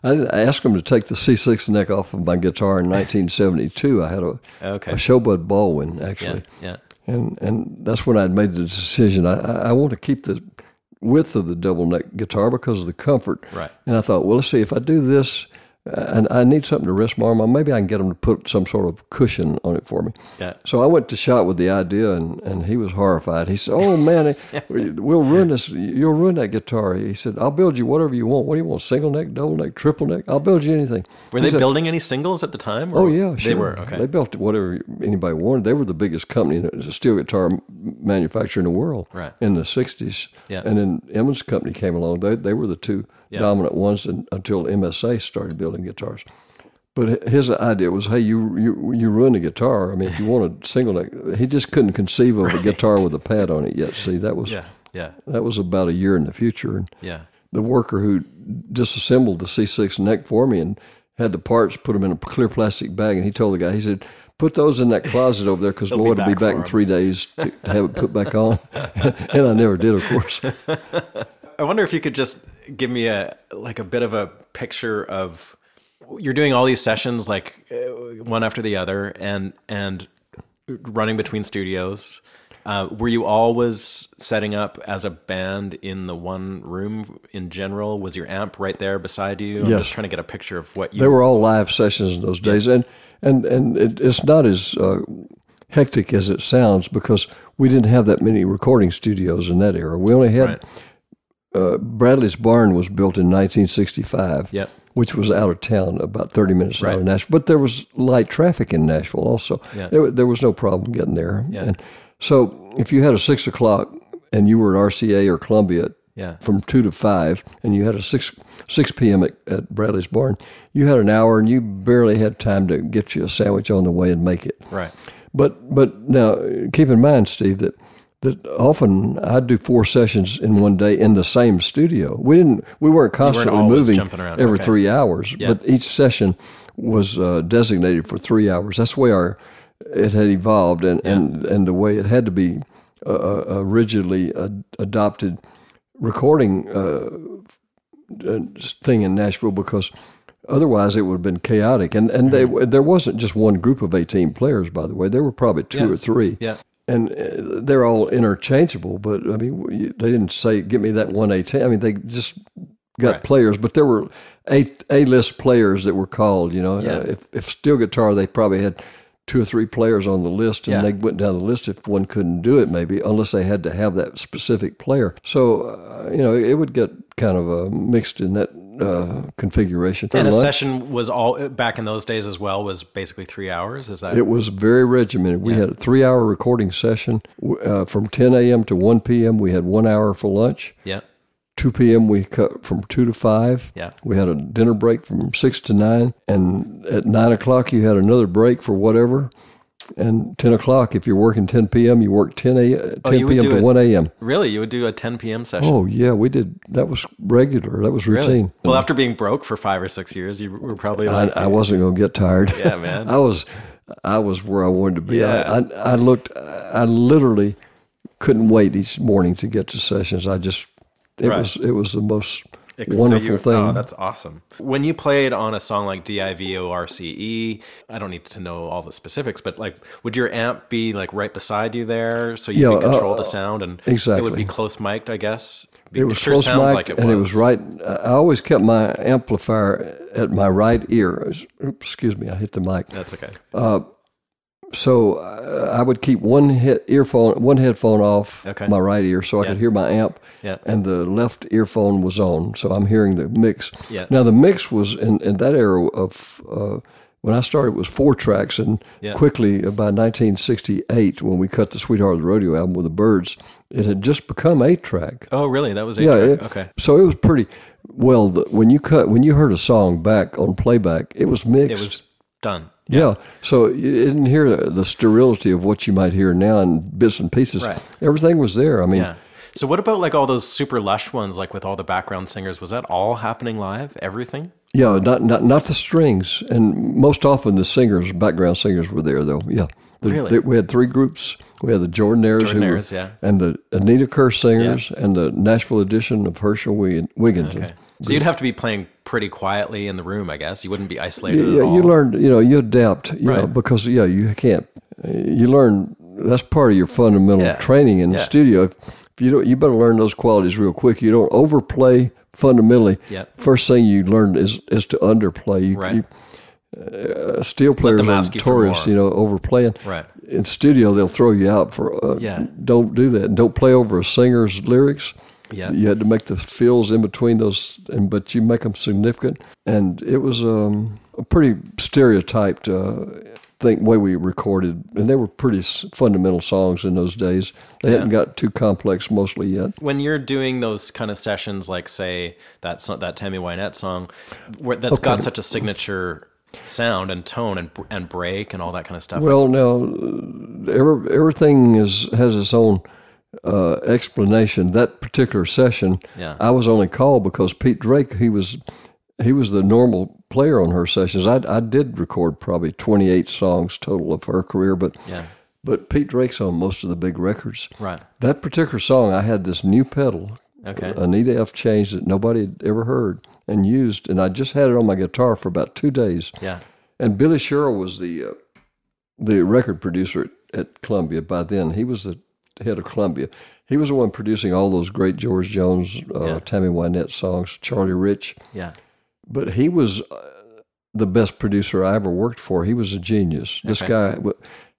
I didn't ask him to take the C6 neck off of my guitar in 1972. I had a,
Okay.
a Showbud Baldwin
Yeah,
actually,
yeah.
and and that's when I'd made the decision. I, I, I want to keep the width of the double neck guitar because of the comfort.
Right.
And I thought, well, let's see if I do this, uh, and I need something to rest my arm on. Maybe I can get him to put some sort of cushion on it for me.
Yeah.
So I went to shot with the idea, and, and he was horrified. He said, "Oh man, it- we'll ruin this. You'll ruin that guitar." He said, "I'll build you whatever you want. What do you want? Single neck, double neck, triple neck? I'll build you anything."
Were
He
they
said,
building any singles at the time? or-
Oh yeah, sure.
they were. Okay,
They built whatever anybody wanted. They were the biggest company, in the steel guitar m- manufacturer in the world,
Right.
In the '60s,
Yeah.
And then Emmons Company came along. They they were the two dominant ones in, until MSA started building guitars. But his idea was, hey, you you you ruin the guitar. I mean, if you want a single neck, he just couldn't conceive of a guitar with a pad on it yet. See, that was
yeah, yeah,
that was about a year in the future, and
yeah.
the worker who disassembled the C6 neck for me and had the parts, put them in a clear plastic bag, and he told the guy, he said, "Put those in that closet over there because Lloyd will be
back
back
for
in
'em."
three days to, to have it put back on." and I never did, of course.
I wonder if you could just give me a like a bit of a picture of you're doing all these sessions like uh, one after the other and and running between studios. Uh, were you always setting up as a band in the one room in general? Was your amp right there beside you? I'm
Yes.
just trying to get a picture of what you.
They were all live sessions in those days, and and and it, it's not as uh, hectic as it sounds because we didn't have that many recording studios in that era. We only had
Right.
uh, Bradley's barn was built in 1965.
Yep.
Which was out of town, about 30 minutes out
Right.
of Nashville. But there was light traffic in Nashville also.
Yeah.
There, wa- there was no problem getting there. And so if you had a six o'clock and you were at RCA or Columbia at
yeah.
from two to five, and you had a six six p.m. At, at Bradley's Barn. You had an hour, and you barely had time to get you a sandwich on the way and make it.
Right.
But but now uh, keep in mind, Steve, that that often I do four sessions in one day in the same studio. We didn't we weren't constantly
always
moving
jumping around.
every
Okay.
three hours, but each session was uh, designated for three hours. That's the way our it had evolved, and and, and the way it had to be uh, uh, uh, rigidly ad- adopted recording uh, thing in Nashville because otherwise it would have been chaotic. And and they there wasn't just one group of eighteen players, by the way. There were probably two or three.
Yeah.
And uh, they're all interchangeable, but I mean, w- you- they didn't say "Give me that one eighteen. I mean, they just got
Right.
players, but there were a a list players that were called. You know, uh, if if steel guitar, they probably had two or three players on the list, and
Yeah.
they went down the list if one couldn't do it, maybe unless they had to have that specific player. So uh, you know, it would get kind of uh, mixed in that uh, configuration.
And a
Unlike-
session was all back in those days as well was basically three hours. Is that
It was very regimented. We had a three-hour recording session w- uh, from 10 a.m. to 1 p.m. We had one hour for lunch.
yeah?
2 p.m. we cut from 2 to 5.
Yeah.
We had a dinner break from 6 to 9. And at 9 o'clock, you had another break for whatever. And 10 o'clock, if you're working 10 p.m., you work 10, a, 10
Oh, you would
p.m.
do
to
it-
1 a.m.
Really, you would do a 10 p.m. session.
Oh, yeah, we did. That was regular. That was
really?
routine.
Well, after being broke for five or six years, you were probably
I,
like,
Mm. I wasn't going to get tired.
Yeah, man.
I was, I was where I wanted to be.
Yeah.
I, I, I looked, I literally couldn't wait each morning to get to sessions. I just, it
Right.
was, it was the most
Ex- so
wonderful
you-
thing.
Oh, that's awesome. When you played on a song like D-I-V-O-R-C-E, E, I don't need to know all the specifics, but like, would your amp be like right beside you there so you
Yeah,
could
uh,
control the sound and it would
exactly.
be close mic'd, I guess.
it was close mic, and it was right. I always kept my amplifier at my right ear. Oops, excuse me, I hit the mic.
That's okay.
Uh, So uh, I would keep one he- earphone, one headphone off
Okay.
my right ear, so I could hear my amp,
Yeah.
and the left earphone was on, so I'm hearing the mix.
Yeah.
Now the mix was in, in that era of uh, when I started it was four tracks, and
Yeah.
quickly uh, by 1968, when we cut the Sweetheart of the Rodeo album with the Birds, it had just become eight track.
Oh, really? That was eight
Yeah,
track?
it-
okay.
So it was pretty well. The, when you cut, when you heard a song back on playback, it was mixed.
It was done.
yeah. So you didn't hear the, the sterility of what you might hear now in bits and pieces.
Right.
Everything was there. I mean,
Yeah. So what about like all those super lush ones, like with all the background singers? Was that all happening live? Everything?
yeah, not, not not the strings, and most often the singers, background singers, were there though. Yeah. The-
Really?
the- we had three groups. We had the Jordanaires, who were-
Jordanaires, yeah.
and the Anita Kerr singers, and the Nashville edition of Herschel Wig- Wiggington.
Okay. So you'd have to be playing pretty quietly in the room, I guess. You wouldn't be isolated
yeah,
at all.
you learn you know you adapt you know
Right.
because yeah you can't you learn that's part of your fundamental
Yeah.
training in
Yeah.
the studio if, if you don't you better learn those qualities real quick you don't overplay fundamentally
Yep.
first thing you learn is is to underplay you,
Right.
you uh, steel players are
ask you for
notorious
more.
you know overplaying
Right.
in studio they'll throw you out for uh,
Yeah.
don't do that don't play over a singer's lyrics
Yeah.
you had to make the fills in between those, and but you make them significant. And it was um, a pretty stereotyped uh, thing way we recorded, and they were pretty s- fundamental songs in those days. They hadn't got too complex mostly yet.
when you're doing those kind of sessions, like say that so- that Tammy Wynette song, where that's got such a signature sound and tone and br- and break and all that kind of stuff.
Well, now uh, every, everything is has its own uh, explanation. That particular session,
Yeah.
I was only called because Pete Drake he was he was the normal player on her sessions. I, I did record probably twenty eight songs total of her career, but
yeah,
but Pete Drake's on most of the big records.
right.
That particular song, I had this new pedal,
Okay.
Anita F. Change, that nobody had ever heard and used, and I just had it on my guitar for about two days.
yeah.
And Billy Sherrill was the uh, the record producer at, at Columbia by then. He was the head of Columbia. He was the one producing all those great George Jones, uh,
Yeah.
Tammy Wynette songs, Charlie Rich.
Yeah.
But he was uh, the best producer I ever worked for. He was a genius. This guy, w-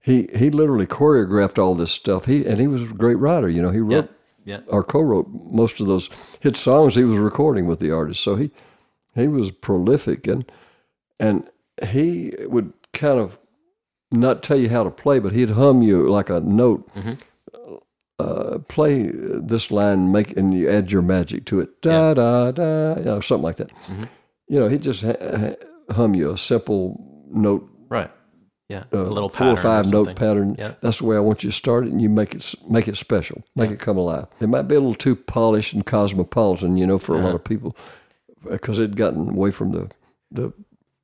he he literally choreographed all this stuff. He and he was a great writer. You know, he
Yeah.
wrote
Yeah.
or co-wrote most of those hit songs he was recording with the artist. So he he was prolific and and he would kind of not tell you how to play, but he'd hum you like a note. Uh, play this line, make and you add your magic to it, da da da, you know, something like that. You know, he'd just ha- ha- hum you a simple note,
Right. Yeah.
uh,
a little pattern
four or five note
something.
pattern.
Yeah.
That's the way I want you to start it, and you make it s- make it special, make it come alive. It might be a little too polished and cosmopolitan, you know, for
Uh-huh.
a lot of people, because it'd gotten away from the the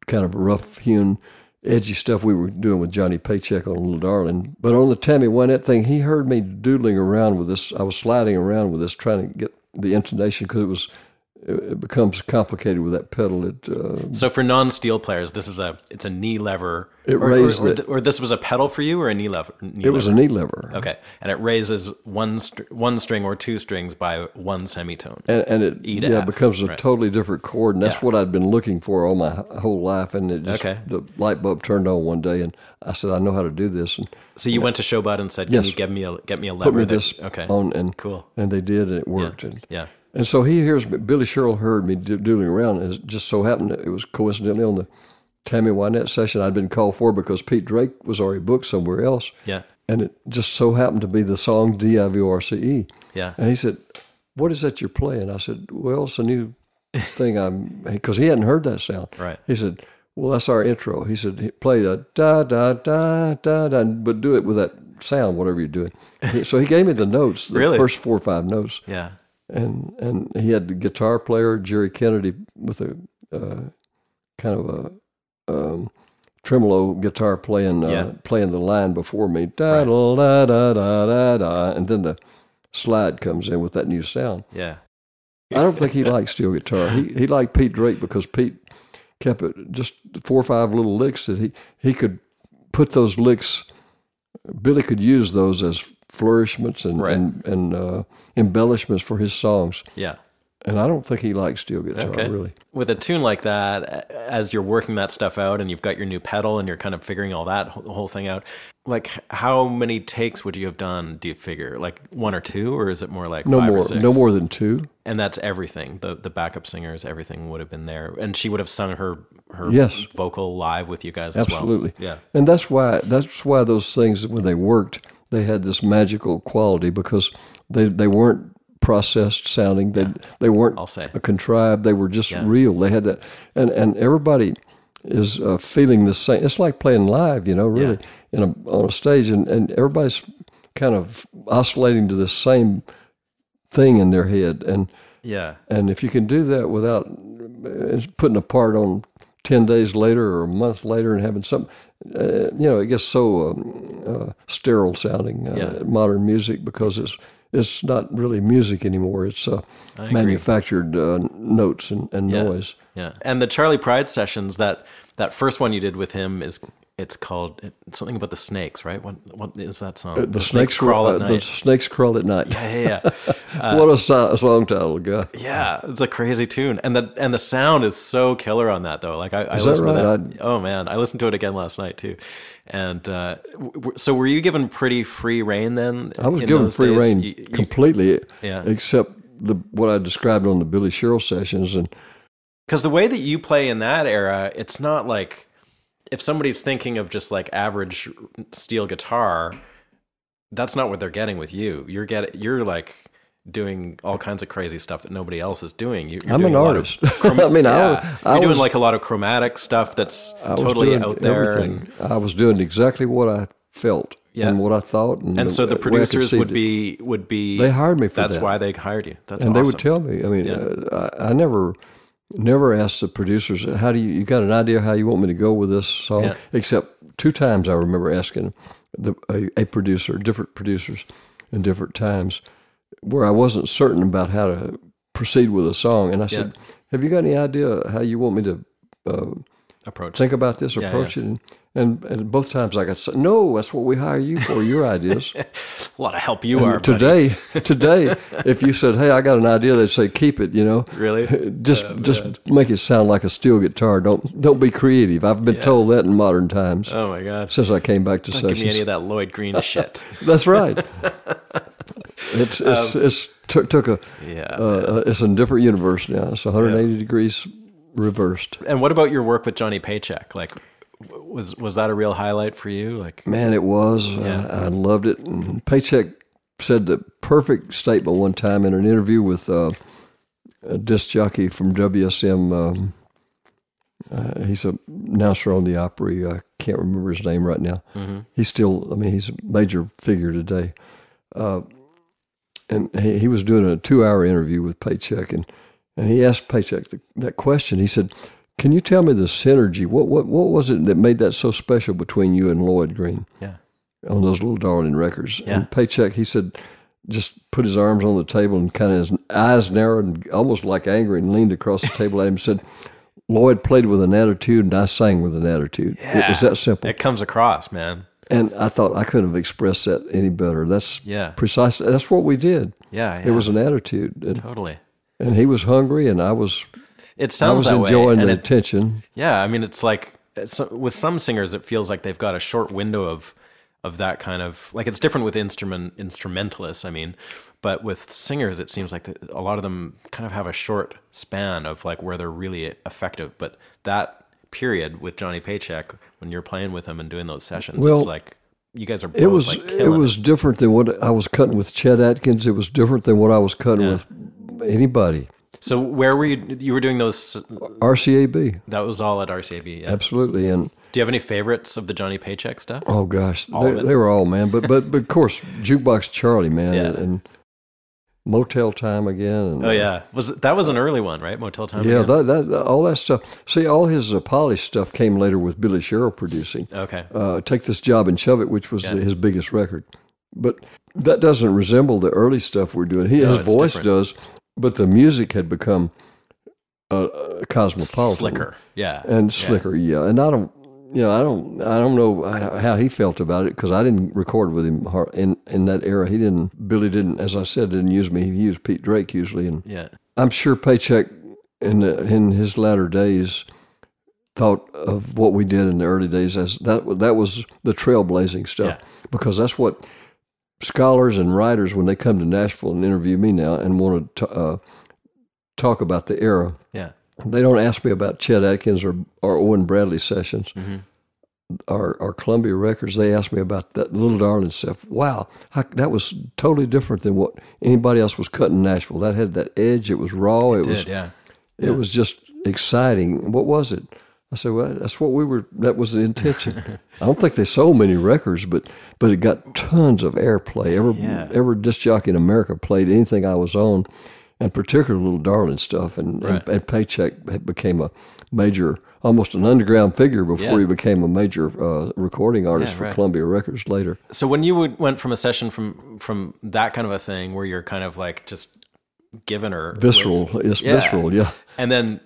kind of rough hewn, edgy stuff we were doing with Johnny Paycheck on Little Darling. But on the Tammy Wynette thing, he heard me doodling around with this. I was sliding around with this, trying to get the intonation because it was. It it becomes complicated with that pedal. It uh,
So for non-steel players, this is a it's a knee lever.
It
or, or-
raised
or,
it.
th- or this was a pedal for you or a knee lever. Knee
it was a
lever?
knee lever.
okay, and it raises one str- one string or two strings by one semitone.
and, and it
to
yeah
F,
becomes a
right.
totally different chord, and that's
Yeah.
what I'd been looking for all my h- whole life. And it just
Okay.
the light bulb turned on one day, and I said, "I know how to do this." And
So you went to Showbud and said, "Can
Yes.
you get me a get me a lever?"
put me
that-
this
okay.
on, and
Cool.
and they did, and it worked. And
yeah.
and so he hears me. Billy Sherrill heard me do- doodling around, and it just so happened that it was coincidentally on the Tammy Wynette session I'd been called for because Pete Drake was already booked somewhere else,
Yeah.
and it just so happened to be the song D I V O R C E.
Yeah.
And he said, what is that you're playing? I said, well, it's a new thing I'm, because he hadn't heard that sound.
Right.
He said, well, that's our intro. He said, play the da, da, da, da, da, but do it with that sound, whatever you're doing. so he gave me the notes, the
Really?
first four or five notes.
Yeah.
And, and he had the guitar player, Jerry Kennedy, with a uh, kind of a um, tremolo guitar playing uh,
Yeah.
playing the line before me, da da da da da da, and then the slide comes in with that new sound.
Yeah.
I don't think he liked steel guitar. He he liked Pete Drake because Pete kept it just four or five little licks that he he could put those licks. Billy could use those as flourishments and
Right.
and, and uh, embellishments for his songs.
Yeah.
And I don't think he liked steel guitar
Okay.
really.
With a tune like that, a- as you're working that stuff out and you've got your new pedal and you're kind of figuring all that wh- whole thing out, like h- how many takes would you have done? Do you figure like one or two, or is it more like
No
five or
more,
six?
no more than two.
And that's everything. The the backup singers, everything would have been there, and she would have sung her her
Yes.
vocal live with you guys
Absolutely.
as well. Yeah.
And that's why that's why those things when they worked, they had this magical quality because they they weren't processed sounding. They they weren't
I'll say.
contrived. They were just real. They had that and and everybody is uh, feeling the same. It's like playing live, you know, really in a, on a stage and, and everybody's kind of oscillating to the same thing in their head and
Yeah.
and if you can do that without uh, putting a part on 10 days later or a month later and having some, uh, you know, it gets so um, uh, sterile sounding uh,
Yeah.
modern music because it's it's not really music anymore. It's uh, manufactured uh, notes and, and noise.
Yeah. And the Charlie Pride sessions that that first one you did with him is it's called it's something about the snakes, right? What what is that song?
The, snakes, crawl
at
uh, The
night.
snakes crawl at night.
yeah, yeah.
what a si- song title, guy.
yeah, it's a crazy tune, and the and the sound is so killer on that though. Like I, I
that
listened to
right?
that. Oh man, I listened to it again last night too. And uh, w- w- so, were you given pretty free reign then?
I was
in
given
those
free
days?
reign
You- you-
completely,
Yeah.
except the what I described on the Billy Sherrill sessions and
Because the way that you play in that era, it's not like if somebody's thinking of just like average steel guitar, that's not what they're getting with you. You're get you're like doing all kinds of crazy stuff that nobody else is doing. You, you're
I'm
doing
an
a lot of
artist. I mean, I
yeah.
was- I
you're doing
was-
like a lot of chromatic stuff that's totally out there. And,
everything. I was doing exactly what I felt
Yeah.
and what I thought, and,
and so the
way I
producers would
conceived it.
be would be
They hired me for
that's
that.
why they hired you. That's
and
awesome.
they would tell me. I mean, uh, I, I never, never asked the producers, "How do you? You got an idea how you want me to go with this song?"
Yeah.
Except two times I remember asking the, a, a producer, different producers, in different times, where I wasn't certain about how to proceed with a song, and I said, "Have you got any idea how you want me to?" Uh,
approach.
think about this, approach it. And, and, and both times I got, s- no, that's what we hire you for, your ideas.
a lot of help you
And
are buddy.
today, today, if you said, hey, I got an idea, they'd say, keep it, you know.
Really? Oh,
Just, just make it sound like a steel guitar. Don't, don't be creative. I've been told that in modern times
Oh my god.
since I came back to
Don't give me any
sessions.
of that Lloyd Green shit.
That's right. it's, it's, it's took took a,
Um, Yeah.
uh, uh, it's a different universe now. It's 180 degrees reversed.
And what about your work with Johnny Paycheck? Like, w- was was that a real highlight for you? Like,
Man, it was. I, I loved it. And Paycheck said the perfect statement one time in an interview with uh, a disc jockey from WSM. Um, uh, he's a announcer on the Opry. I can't remember his name right now. He's still, I mean, he's a major figure today. Uh, and he, he was doing a two hour interview with Paycheck, and, and he asked Paycheck the, that question. He said, Can you tell me the synergy? What, what, what was it that made that so special between you and Lloyd Green?
yeah,
on those little darling records.
Yeah.
And paycheck, he said, just put his arms on the table and kind of his eyes narrowed and almost like angry and leaned across the table at him and said, Lloyd played with an attitude and I sang with an attitude. It was that simple.
it comes across, man.
And I thought I couldn't have expressed that any better. That's
Yeah.
precisely that's what we did.
Yeah,
It
yeah.
was an attitude. And,
Totally.
and he was hungry and I was
It
I
sounds
was
that
enjoying
way.
the
and it-
attention.
yeah, I mean, it's like it's, with some singers, it feels like they've got a short window of of that kind of like it's different with instrument instrumentalists. I mean, but with singers, it seems like that a lot of them kind of have a short span of like where they're really effective. But that period with Johnny Paycheck, when you're playing with him and doing those sessions,
Well,
it's like you guys are. Both
It was
like
it
killing
was different than what I was cutting with Chet Atkins. It was different than what I was cutting with anybody.
So where were you? You were doing those.
RCAB,
That was all at RCAB. Yeah.
absolutely. And
Do you have any favorites of the Johnny Paycheck stuff?
oh gosh,
All
they,
of it.
they were all man. But but but of course, jukebox Charlie, man,
Yeah.
and, motel time again. And,
Oh yeah, was it- that was an early one, right? Motel Time.
yeah,
Again?
that, that all that stuff. See, all his uh, polish stuff came later with Billy Sherrill producing.
okay.
uh, Take This Job and Shove It, which was
Yeah.
his biggest record. But that doesn't resemble the early stuff we're doing. He,
No,
his
it's
voice
different.
does, but the music had become uh, uh, cosmopolitan
Slicker. Yeah.
and
Yeah.
slicker. Yeah. and I don't, you know, I don't, I don't know h- how he felt about it because I didn't record with him har- in in that era. He didn't. Billy didn't, as I said, didn't use me. He used Pete Drake usually, and
Yeah.
I'm sure Paycheck in the, in his latter days thought of what we did in the early days as that wa- that was the trailblazing stuff because that's what scholars and writers when they come to Nashville and interview me now and want to t- uh, talk about the era
Yeah.
they don't ask me about Chet Atkins or, or Owen Bradley sessions or, or Columbia Records. They ask me about that Little Darling stuff. Wow, how, that was totally different than what anybody else was cutting in Nashville. That had that edge. It was raw. It,
Did
was
yeah.
it was just exciting. What was it? I said, well, that's what we were. That was the intention. I don't think they sold many records, but but it got tons of airplay. Every every disc jockey in America played anything I was on, and particularly Little Darling stuff. And and, and Paycheck had became a major, almost an underground figure before
Yeah.
he became a major uh, recording artist for Columbia Records later.
So when you would, went from a session from from that kind of a thing where you're kind of like just given or
Visceral, yes,
Yeah.
visceral, yeah.
and then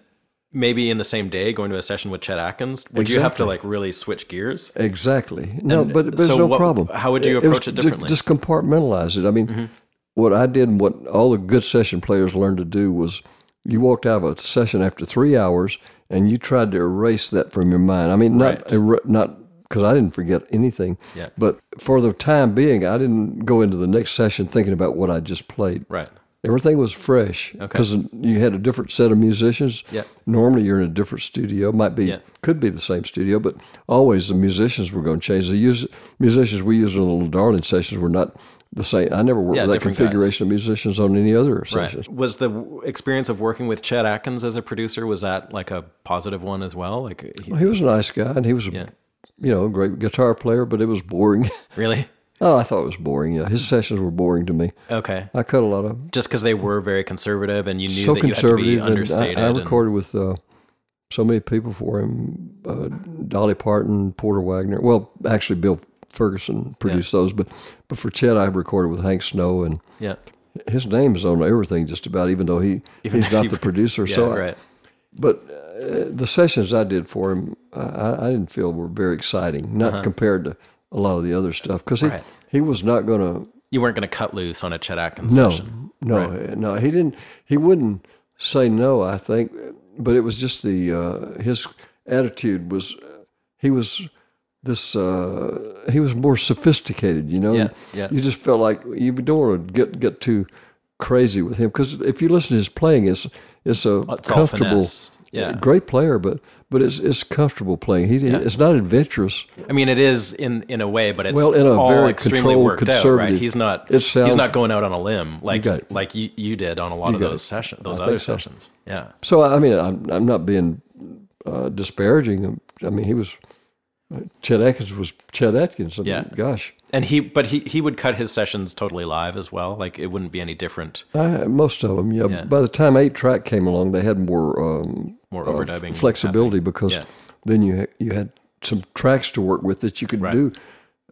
maybe in the same day going to a session with Chet Atkins, would you have to like really switch gears?
Exactly. No,
And
but there's
so
no
what-
problem.
how would you
was
approach it
ju-
differently? Mm-hmm.
Just compartmentalize it. I mean, what I did and what all the good session players learned to do was you walked out of a session after three hours and you tried to erase that from your mind. I mean, not
Right.
er- not because I didn't forget anything,
Yeah.
but for the time being, I didn't go into the next session thinking about what I just played.
Right.
Everything was fresh because you had a different set of musicians.
Yep.
Normally, you're in a different studio. Might be
Yeah.
could be the same studio, but always the musicians were going to change. The us- musicians we used in the Little Darling sessions were not the same. I never worked
Yeah,
with that
different
configuration of musicians on any other sessions.
Right. Was the w- experience of working with Chet Atkins as a producer was that like a positive one as well? Like he,
Well, he was a nice guy, and he was a
Yeah.
you know a great guitar player, but it was boring.
really?
oh, I thought it was boring. Yeah, his sessions were boring to me.
Okay.
I cut a lot of
Just because they were very conservative and you knew
so
that you had to be
conservative. and
understated.
I, I
and-
recorded with uh, so many people for him: uh, Dolly Parton, Porter Wagner. Well, actually, Bill Ferguson produced those, but but for Chet, I recorded with Hank Snow, and
yeah.
his name is on everything just about, even though he he's
though
not
he-
the producer.
Yeah,
so, I-
right.
but uh, the sessions I did for him, I- I, I didn't feel were very exciting, not compared to a lot of the other stuff, because he
Uh-huh. Right.
he was not going to
You weren't going to cut loose on a Chet Atkins
no,
session.
no, no. He didn't. He wouldn't say no. I think, but it was just the uh, his attitude was uh, he was this uh, he was more sophisticated. You know,
Yeah,
And
yeah.
You just felt like you don't want to get get too crazy with him because if you listen to his playing, it's it's a
It's all
comfortable.
finesse. Yeah.
great player, but but it's it's comfortable playing. He it's not adventurous.
I mean, it is in in a way, but it's
Well, in a
all
very
extremely
controlled,
worked out, right?
conservative-
He's not
it
he's
sounds-
not going out on a limb like
got it.
like you, you did on a lot of
got
those
it.
sessions, those
I
other
think so.
sessions. Yeah,
So I mean, I'm I'm not being uh, disparaging. I mean, he was Chet Atkins was Chet Atkins. I mean,
Yeah.
Gosh,
and he but he he would cut his sessions totally live as well. Like it wouldn't be any different,
I, most of them. Yeah,
Yeah.
By the time eight track came along, they had more um,
more
uh,
overdubbing happening.
flexibility because
Yeah.
then you ha- you had some tracks to work with that you could do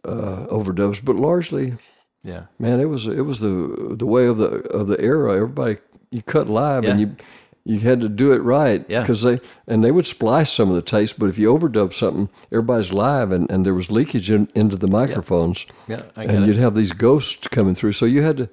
uh, overdubs. But largely,
Yeah,
man, it was it was the the way of the of the era. Everybody you cut live and
Yeah.
you. You had to do it right
Yeah.
because they and they would splice some of the tapes, but if you overdub something, everybody's live and, and there was leakage in, into the microphones,
yeah, I get
and
it.
you'd have these ghosts coming through. So you had to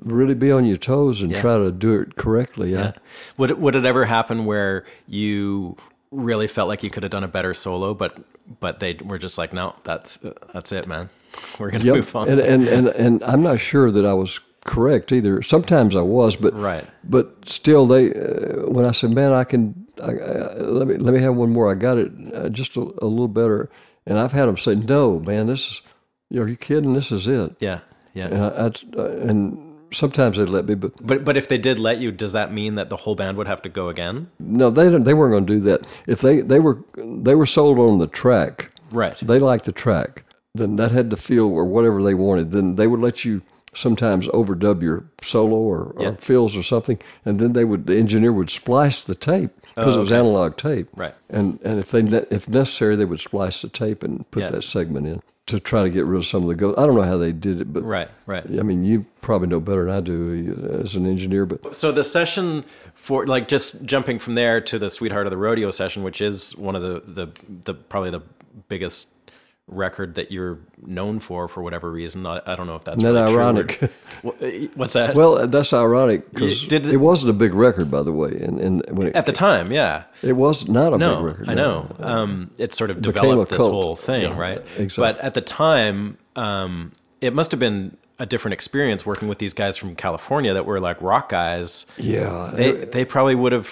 really be on your toes and try to do it correctly. Yeah.
Would it- would it ever happen where you really felt like you could have done a better solo, but but they were just like, no, that's that's it, man. We're gonna move on.
And, and and and I'm not sure that I was correct either. Sometimes I was, but
Right.
But still, they uh, when I said, "Man, I can," I, I, let me let me have one more. I got it uh, just a, a little better, and I've had them say, "No, man, this is." Are you kidding? This is it.
yeah, yeah.
uh, And I, I- and sometimes they let me, but
But but if they did let you, does that mean that the whole band would have to go again?
no, they didn't, they weren't going to do that. If they, they were they were sold on the track,
Right.
they liked the track, then that had the feel or whatever they wanted. Then they would let you sometimes overdub your solo or,
Yeah.
or fills or something, and then they would the engineer would splice the tape because it was analog tape,
Oh, Right.
And and if they ne- if necessary, they would splice the tape and put
Yeah.
that segment in to try to get rid of some of the ghosts. I don't know how they did it, but
Right, right.
I mean, you probably know better than I do uh, as an engineer, but
So the session for like just jumping from there to the Sweetheart of the Rodeo session, which is one of the the, the probably the biggest record that you're known for for whatever reason. I, I don't know if that's
Isn't that
really true or- Wha-
ironic?
eh, What's that?
well, that's ironic because
Yeah, did it-
it wasn't a big record, by the way, and and when it,
at the time, yeah.
it was not a
No,
big record.
I know. Um, it sort of
became a
developed this
cult.
whole thing, right?
exactly.
But at the time, um, it must have been a different experience working with these guys from California that were like rock guys.
Yeah,
They they probably would have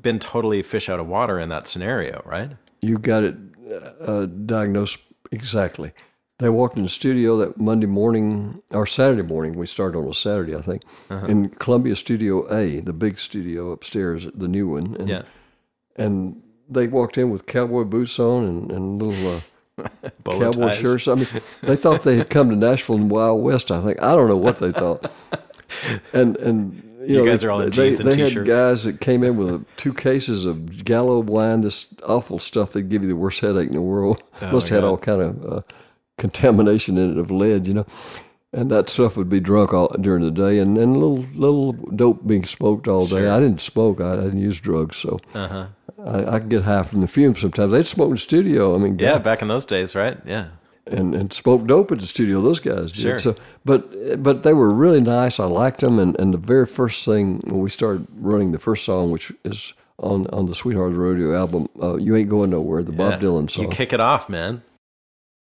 been totally fish out of water in that scenario, right?
You got it uh, diagnosed exactly. They walked in the studio that Monday morning or Saturday morning. We started on a Saturday, I think, in Columbia Studio A, the big studio upstairs, the new one. And,
Yeah.
and they walked in with cowboy boots on and, and little uh,
Bow
cowboy
ties.
shirts. I mean, they thought they had come to Nashville and Wild West. I think I don't know what they thought. And and you, know,
guys
they-
are all in
they,
jeans and
they
t-shirts.
had guys that came in with uh two cases of Gallo wine, this awful stuff that give you the worst headache in the world.
Oh,
Must have had all kind of uh, contamination in it of lead, you know. And that stuff would be drunk all during the day, and and little little dope being smoked all day. I didn't smoke. I, I didn't use drugs, so
Uh-huh.
I, I could get high from the fumes sometimes. They'd smoke in the studio. I mean,
Yeah, back in those days, right? Yeah.
and, and smoked dope at the studio. Those guys did.
Sure.
So, but but they were really nice. I liked them. And, and the very first thing when we started running the first song, which is on on the Sweetheart of the Rodeo album, uh, "You Ain't Going Nowhere," the
Yeah.
Bob Dylan song.
You kick it off, man.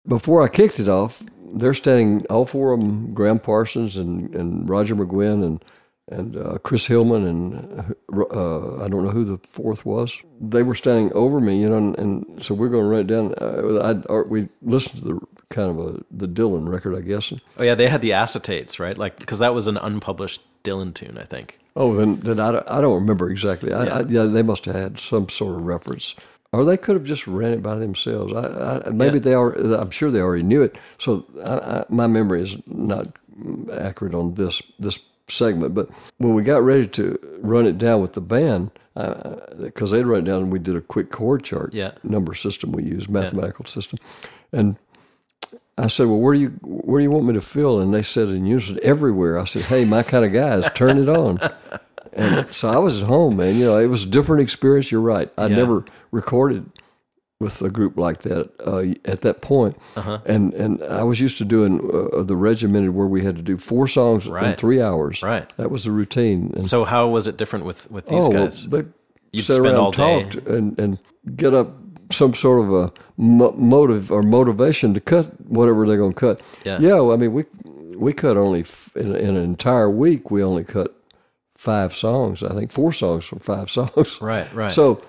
Before I kicked it off, they're standing all four of them: Graham Parsons and, and Roger McGuinn and and uh, Chris Hillman and uh, uh, I don't know who the fourth was. They were standing over me, you know, and, and so we're going to run it down. Uh, I'd, or we listened to the kind of a the Dylan record, I guess. And,
Oh yeah, they had the acetates, right? Like because that was an unpublished Dylan tune, I think.
oh, then then I, don't- I don't remember exactly. I, yeah. I, yeah, they must have had some sort of reference. Or they could have just ran it by themselves. I, I, maybe they are. I'm sure they already knew it. So I, I, my memory is not accurate on this this segment. But when we got ready to run it down with the band, because they'd run it down, and we did a quick chord chart
Yeah.
number system we use, mathematical system, and I said, "Well, where do you where do you want me to fill?" And they said in unison, "Everywhere." I said, "Hey, my kind of guys, turn it on." And so I was at home, man. You know, it was a different experience. You're right. I
Yeah.
never recorded with a group like that uh, at that point,
Uh-huh.
and and I was used to doing uh, the regimented where we had to do four songs in
Right.
three hours.
Right.
that was the routine. And
So how was it different with with these
oh, well,
guys?
they
You'd
sat
spend
around
all day.
talked and and get up some sort of a mo- motive or motivation to cut whatever they're going to cut.
Yeah.
well, I mean we we cut only f- in, in an entire week we only cut five songs. I think four songs from five songs.
Right, right.
So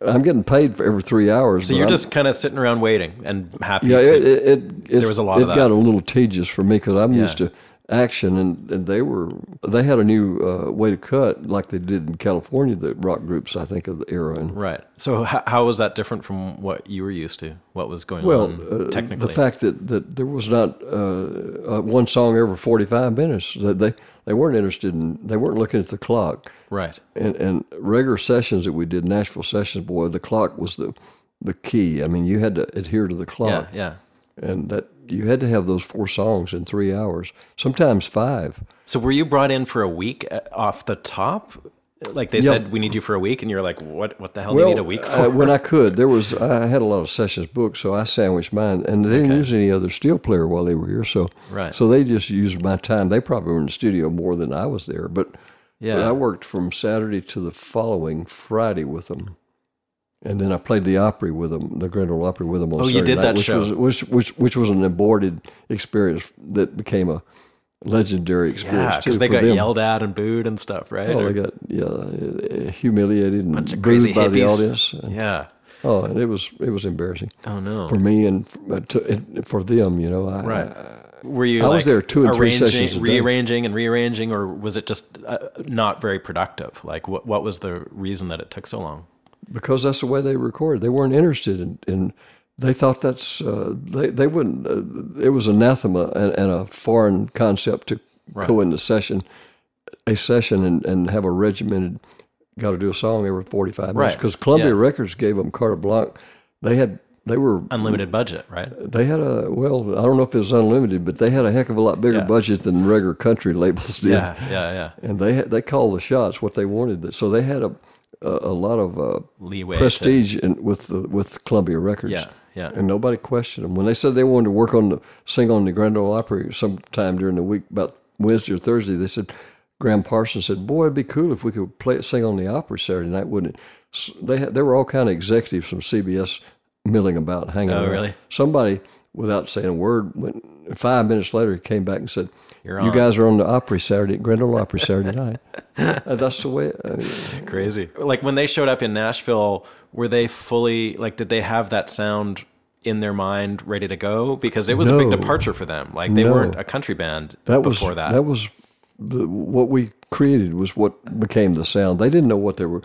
I'm getting paid for every three hours.
so
but
you're
I'm-
just kind of sitting around waiting and happy.
yeah,
to,
it, it, it, it
there was a lot
It
of that.
got a little tedious for me because I'm used to action, and, and they were they had a new uh, way to cut like they did in California. The rock groups, I think, of the era. And
Right. So how, how was that different from what you were used to? What was going
well,
on
uh,
Um, technically?
the fact that, that there was not uh, uh, one song every 45 minutes that they they weren't interested in. They weren't looking at the clock.
right.
And, and regular sessions that we did, Nashville sessions, boy, the clock was the the key. I mean, you had to adhere to the clock.
Yeah, yeah.
and that you had to have those four songs in three hours, sometimes five.
So were you brought in for a week uh, off the top? Like they
Yeah.
said, we need you for a week, and you're like, what? What the hell do you Oh, need a week for?
uh, when I could, there was I had a lot of sessions booked, so I sandwiched mine, and they didn't use any other steel player while they were here, so
Right.
So they just used my time. They probably were in the studio more than I was there, but
Yeah.
but I worked from Saturday to the following Friday with them. And then I played the Opry with them, the Grand Ole Opry with them on
Oh, you
Saturday
did
night,
that
which
show.
was which, which which was an aborted experience that became a legendary experience.
yeah, because
too
they
for
got
them.
yelled at and booed and stuff, right?
Oh,
Or-
they got yeah uh, humiliated and
Bunch of
booed
crazy
by the
hippies.
audience. And-
yeah.
Oh, and uh, it was it was embarrassing
Oh no.
for me and for, to, and for them. You know, I,
Right.
I-
Were you?
uh, I was
like,
there two and three
arranging-
sessions a day.
rearranging and rearranging, or was it just uh, not very productive? Like, what what was the reason that it took so long?
because that's the way they recorded. They weren't interested in. in they thought that's uh, they they wouldn't. Uh, it was anathema and, and a foreign concept to go into session, a session and, and have a regimented. Got to do a song every forty five minutes
Right.
because Columbia
Yeah.
Records gave them carte blanche. They had they were
Unlimited budget, right?
they had a well I don't know if it was unlimited, but they had a heck of a lot bigger
Yeah.
budget than regular country labels did
Yeah, yeah, yeah.
and they had, they called the shots what they wanted. So they had a a, a lot of uh,
Leeway to-
prestige in, with the, with Columbia Records.
Yeah, yeah.
And nobody questioned them when they said they wanted to work on the sing on the Grand Ole Opry sometime during the week, about Wednesday or Thursday. They said Graham Parsons said, "Boy, it'd be cool if we could play sing on the Opry Saturday night, wouldn't it?" S they had, there were all kind of executives from CBS milling about, hanging.
Oh,
around.
really?
Somebody, without saying a word, went. Five minutes later, he came back and said,
You're
you
on."
guys are on the Opry Saturday, Grand Ole Opry Saturday night." Uh, that's the way. I mean,
Crazy. Like when they showed up in Nashville, were they fully like? Did they have that sound? In their mind, ready to go because it was a big
No.
departure for them. Like they
No.
weren't a country band
that was
before that.
was the, what we created was what became the sound. They didn't know what they were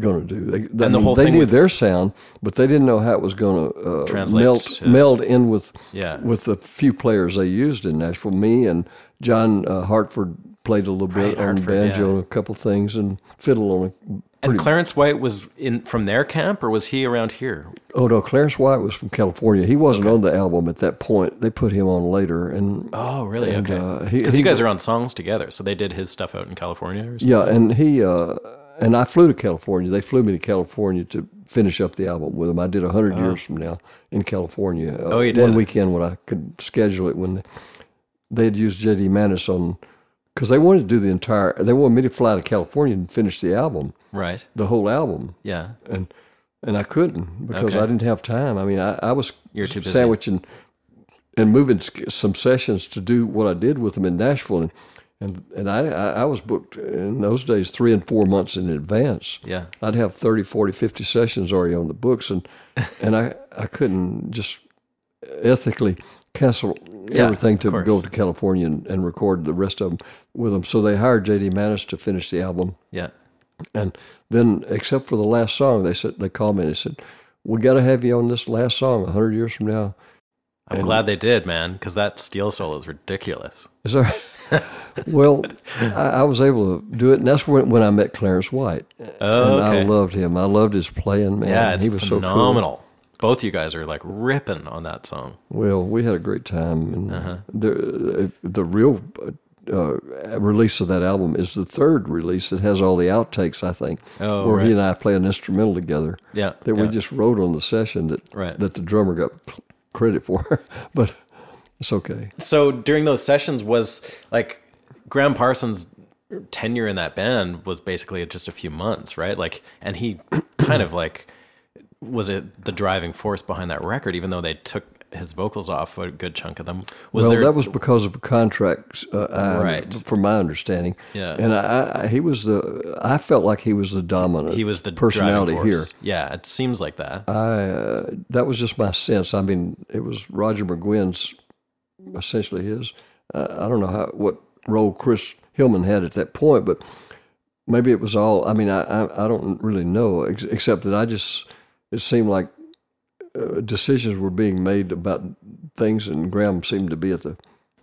going to do. They, they,
And the whole
they
thing
knew
with-
their sound, but they didn't know how it was going uh, to
Translate
melt
to-
meld in with
Yeah.
with the few players they used in Nashville. Me and John uh, Hartford played a little bit
Right,
on
Hartford,
banjo
yeah.
and a couple things and fiddle on a
and Clarence White was in from their camp, or was he around here?
Oh no, Clarence White was from California. He wasn't on the album at that point. They put him on later, and
Oh, really?
And, uh,
okay.
he-
Because
he
you guys are on songs together, so they did his stuff out in California. Or something?
yeah, and he uh, and I flew to California. They flew me to California to finish up the album with him. I did hundred years from now in California. Uh,
Uh-huh. Oh, you
One
did?
weekend when I could schedule it when they had used J.D. Manis on because they wanted to do the entire. They wanted me to fly to California and finish the album,
Right.
the whole album.
Yeah.
and and I couldn't because
Okay.
I didn't have time. I mean, I, I was
You're too busy.
sandwiching and moving sk- some sessions to do what I did with them in Nashville, and and, and I, I I was booked in those days three and four months in advance.
Yeah.
I'd have 30, 40, 50 sessions already on the books, and and I I couldn't just ethically cancel
Yeah,
everything
of
to
course.
go to California and, and record the rest of them with them. So they hired J.D. Manis to finish the album.
Yeah.
And then, except for the last song, they said they called me and they said, "We got to have you on this last song hundred years from now."
I'm glad they did, man, because that steel solo is ridiculous.
Is that right? well, I, I was able to do it, and that's when, when I met Clarence White,
Oh,
and I
okay.
loved him. I loved his playing, man.
yeah, it's
he was so cool.
phenomenal. Both you guys are like ripping on that song.
Well, we had a great time, and
Uh-huh.
the the real uh, release of that album is the third release that has all the outtakes. I think,
Oh,
where
right.
he and I play an instrumental together.
Yeah,
that we
yeah.
just wrote on the session that
Right.
that the drummer got cl- credit for, but it's okay.
So during those sessions, was like Graham Parsons' tenure in that band was basically just a few months, right? Like, and he kind of like was it the driving force behind that record, even though they took his vocals off a good chunk of them. Was
well,
there
that was because of a contract, uh, I-
Right.
From my understanding,
Yeah.
And I, I, he was the. I felt like he was the dominant.
he was the
personality
driving
here.
force. Yeah, it seems like that.
that was just my sense. I mean, it was Roger McGuinn's, essentially his. Uh, I don't know how what role Chris Hillman had at that point, but maybe it was all. I mean, I I, I don't really know, ex- except that I just it seemed like uh, decisions were being made about things, and Graham seemed to be at the.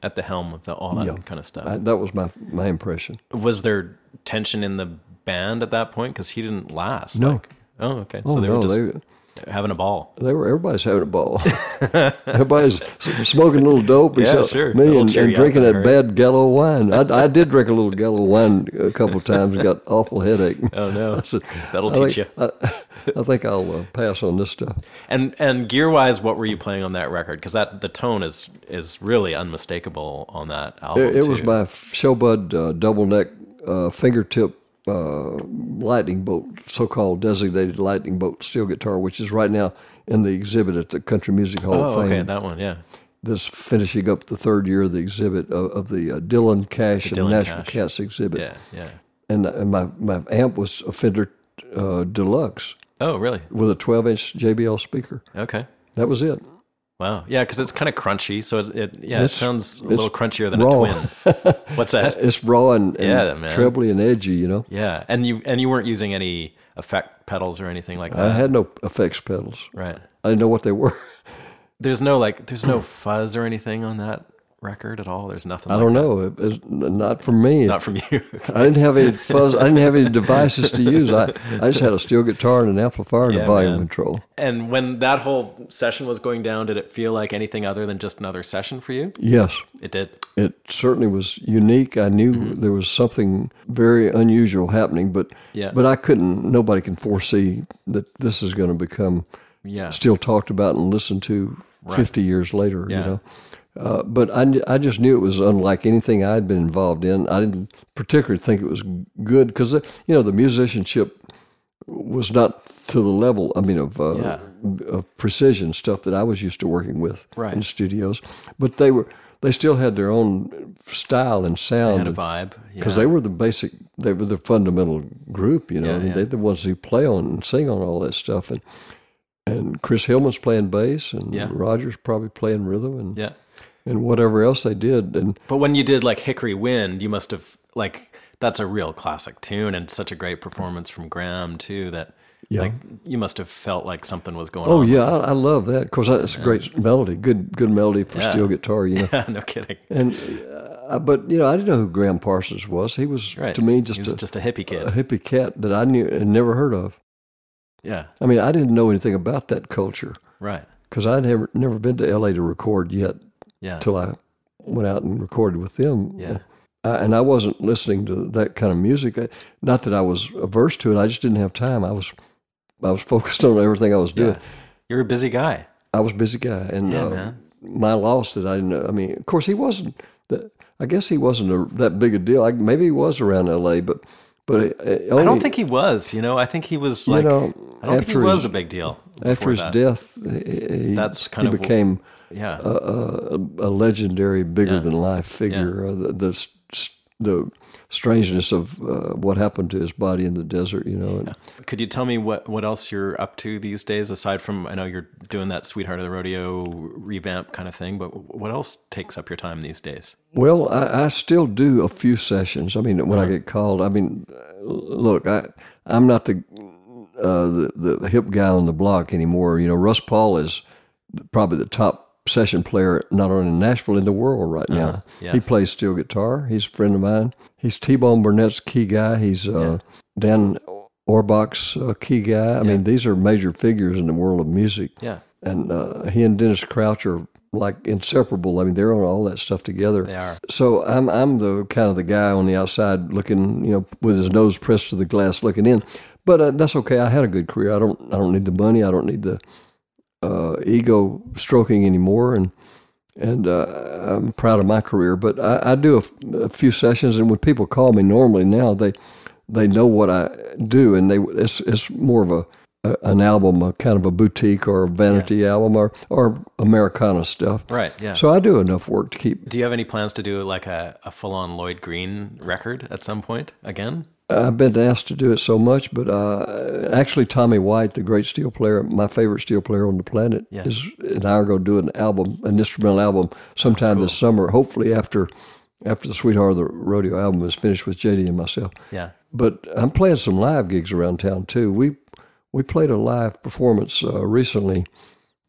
at the helm of the, all that kind of stuff.
I, that was my my impression.
was there tension in the band at that point? Because he didn't last.
No.
Like, oh, okay.
Oh
so they
no,
were just
they
having a ball.
they were everybody's having a ball. everybody's smoking a little dope,
Yeah,
except
sure. A
me,
little
and,
cheery
and drinking
outfit,
that
right?
bad Gallo wine. I, I did drink a little Gallo wine a couple of times. and Got awful headache.
Oh no, that'll
I
teach
think,
you.
I, I think I'll uh, pass on this stuff.
And and gear wise, what were you playing on that record? Because that the tone is is really unmistakable on that album.
It, it was
too.
my Showbud uh, double neck uh, fingertip uh, lightning bolt, so called designated lightning bolt steel guitar, which is right now in the exhibit at the Country Music Hall
Oh,
of Fame.
okay, that one. Yeah,
this finishing up the third year of the exhibit of, of the uh, Dylan Cash
Dylan
and National
Cash.
Cats exhibit.
yeah, yeah.
And, and my, my amp was a Fender uh, Deluxe
Oh, really?
with a 12 inch JBL speaker.
Okay.
That was it.
Wow. Yeah, because it's kind of crunchy. So it's, it yeah,
It's-
it sounds a
it's
little crunchier than
raw.
a twin. What's that?
It's raw and, and
Yeah, man.
trebly and edgy, you know.
Yeah, and you and you weren't using any effect pedals or anything like
I
that,
had no effects pedals.
right?
I didn't know what they were.
There's no like, there's no fuzz or anything on that record at all. There's nothing.
I
like
don't know. It, it's not for me.
Oh Not from you.
I didn't have any fuzz. I didn't have any devices to use. I, I just had a steel guitar and an amplifier and
Yeah,
a volume
man.
control.
and when that whole session was going down, did it feel like anything other than just another session for you?
Yes,
It did.
it certainly was unique. I knew there was something very unusual happening, but
Yeah.
but I couldn't. Nobody can foresee that this is going to become
Yeah.
still talked about and listened to 50 years later,
Yeah.
you know. Uh, but I, kn- I just knew it was unlike anything I'd been involved in. I didn't particularly think it was good because, you know, the musicianship was not to the level, I mean, of, uh, of precision stuff that I was used to working with
Right.
in studios. But they were, they still had their own style and sound.
Had a
and-
vibe. Yeah.
because um, they were the basic, they were the fundamental group. You know, I mean, they're the ones who play on and sing on all that stuff. And and Chris Hillman's playing bass, and
Yeah.
Rogers probably playing rhythm, and
yeah.
and whatever else they did. And
But when you did like Hickory Wind, you must have like that's a real classic tune and such a great performance from Graham too that
Yeah.
like you must have felt like something was going
oh
on.
yeah, I, I love that because that's a great melody, good good melody for steel guitar. You know,
Yeah, no kidding.
and uh, but you know, I didn't know who Graham Parsons was. He was
Right.
to me
he
just
was
a,
just a hippie kid.
a hippie cat that I knew and never heard of.
yeah.
I mean, I didn't know anything about that culture
Right.
because I'd never never been to L.A. to record yet.
Yeah.
till I went out and recorded with them.
Yeah.
I, and I wasn't listening to that kind of music. I- Not that I was averse to it. I just didn't have time. I was I was focused on everything I was doing.
Yeah. You're a busy guy.
I was a busy guy, and
Yeah,
uh,
man.
my loss that I didn't. Know, I mean, of course, he wasn't. That, I guess he wasn't a, that big a deal. I, maybe he was around L.A., but but it, it
I
only-
don't think he was, you know. I think he was
Oh, You
like
know,
I don't think he
after
was
his-
a big deal.
after
before
his
that.
death, he, he-
That's kind
he
of-
became
Yeah.
a legendary, bigger than life figure. Uh, the, the s- s- the strangeness of uh, what happened to his body in the desert, you know. And
Could you tell me what, what else you're up to these days aside from I know you're doing that Sweetheart of the Rodeo revamp kind of thing, but what else takes up your time these days?
Well, I, I still do a few sessions. I mean, when I get called, I mean, uh, look, I I'm not the uh, the the hip guy on the block anymore. You know, Russ Paul is probably the top session player, not only in Nashville in the world right now.
Yeah.
He plays steel guitar. He's a friend of mine. He's T Bone Burnett's key guy. He's uh, Dan Orbach's uh, key guy. I mean, these are major figures in the world of music
Yeah.
and uh, he and Dennis Crouch are like inseparable. I mean, they're on all that stuff together. They
are.
So I'm I'm the kind of the guy on the outside looking, you know, with his nose pressed to the glass, looking in. But uh, that's okay. I had a good career. I don't I don't need the money. I don't need the uh, ego stroking anymore. And and uh, I'm proud of my career. But I, I do a, f- a few sessions, and when people call me normally now, they they know what I do, and they it's it's more of a, a an album, a kind of a boutique or a vanity album or or Americana stuff.
Right. Yeah.
So I do enough work to keep.
Do you have any plans to do like a, a full on Lloyd Green record at some point again?
I've been asked to do it so much, but uh, actually, Tommy White, the great steel player, my favorite steel player on the planet,
Yeah.
is and I are going to do an album, an instrumental album, sometime this summer. Hopefully, after after the Sweetheart of the Rodeo album is finished with JD and myself.
Yeah.
But I'm playing some live gigs around town too. We we played a live performance uh, recently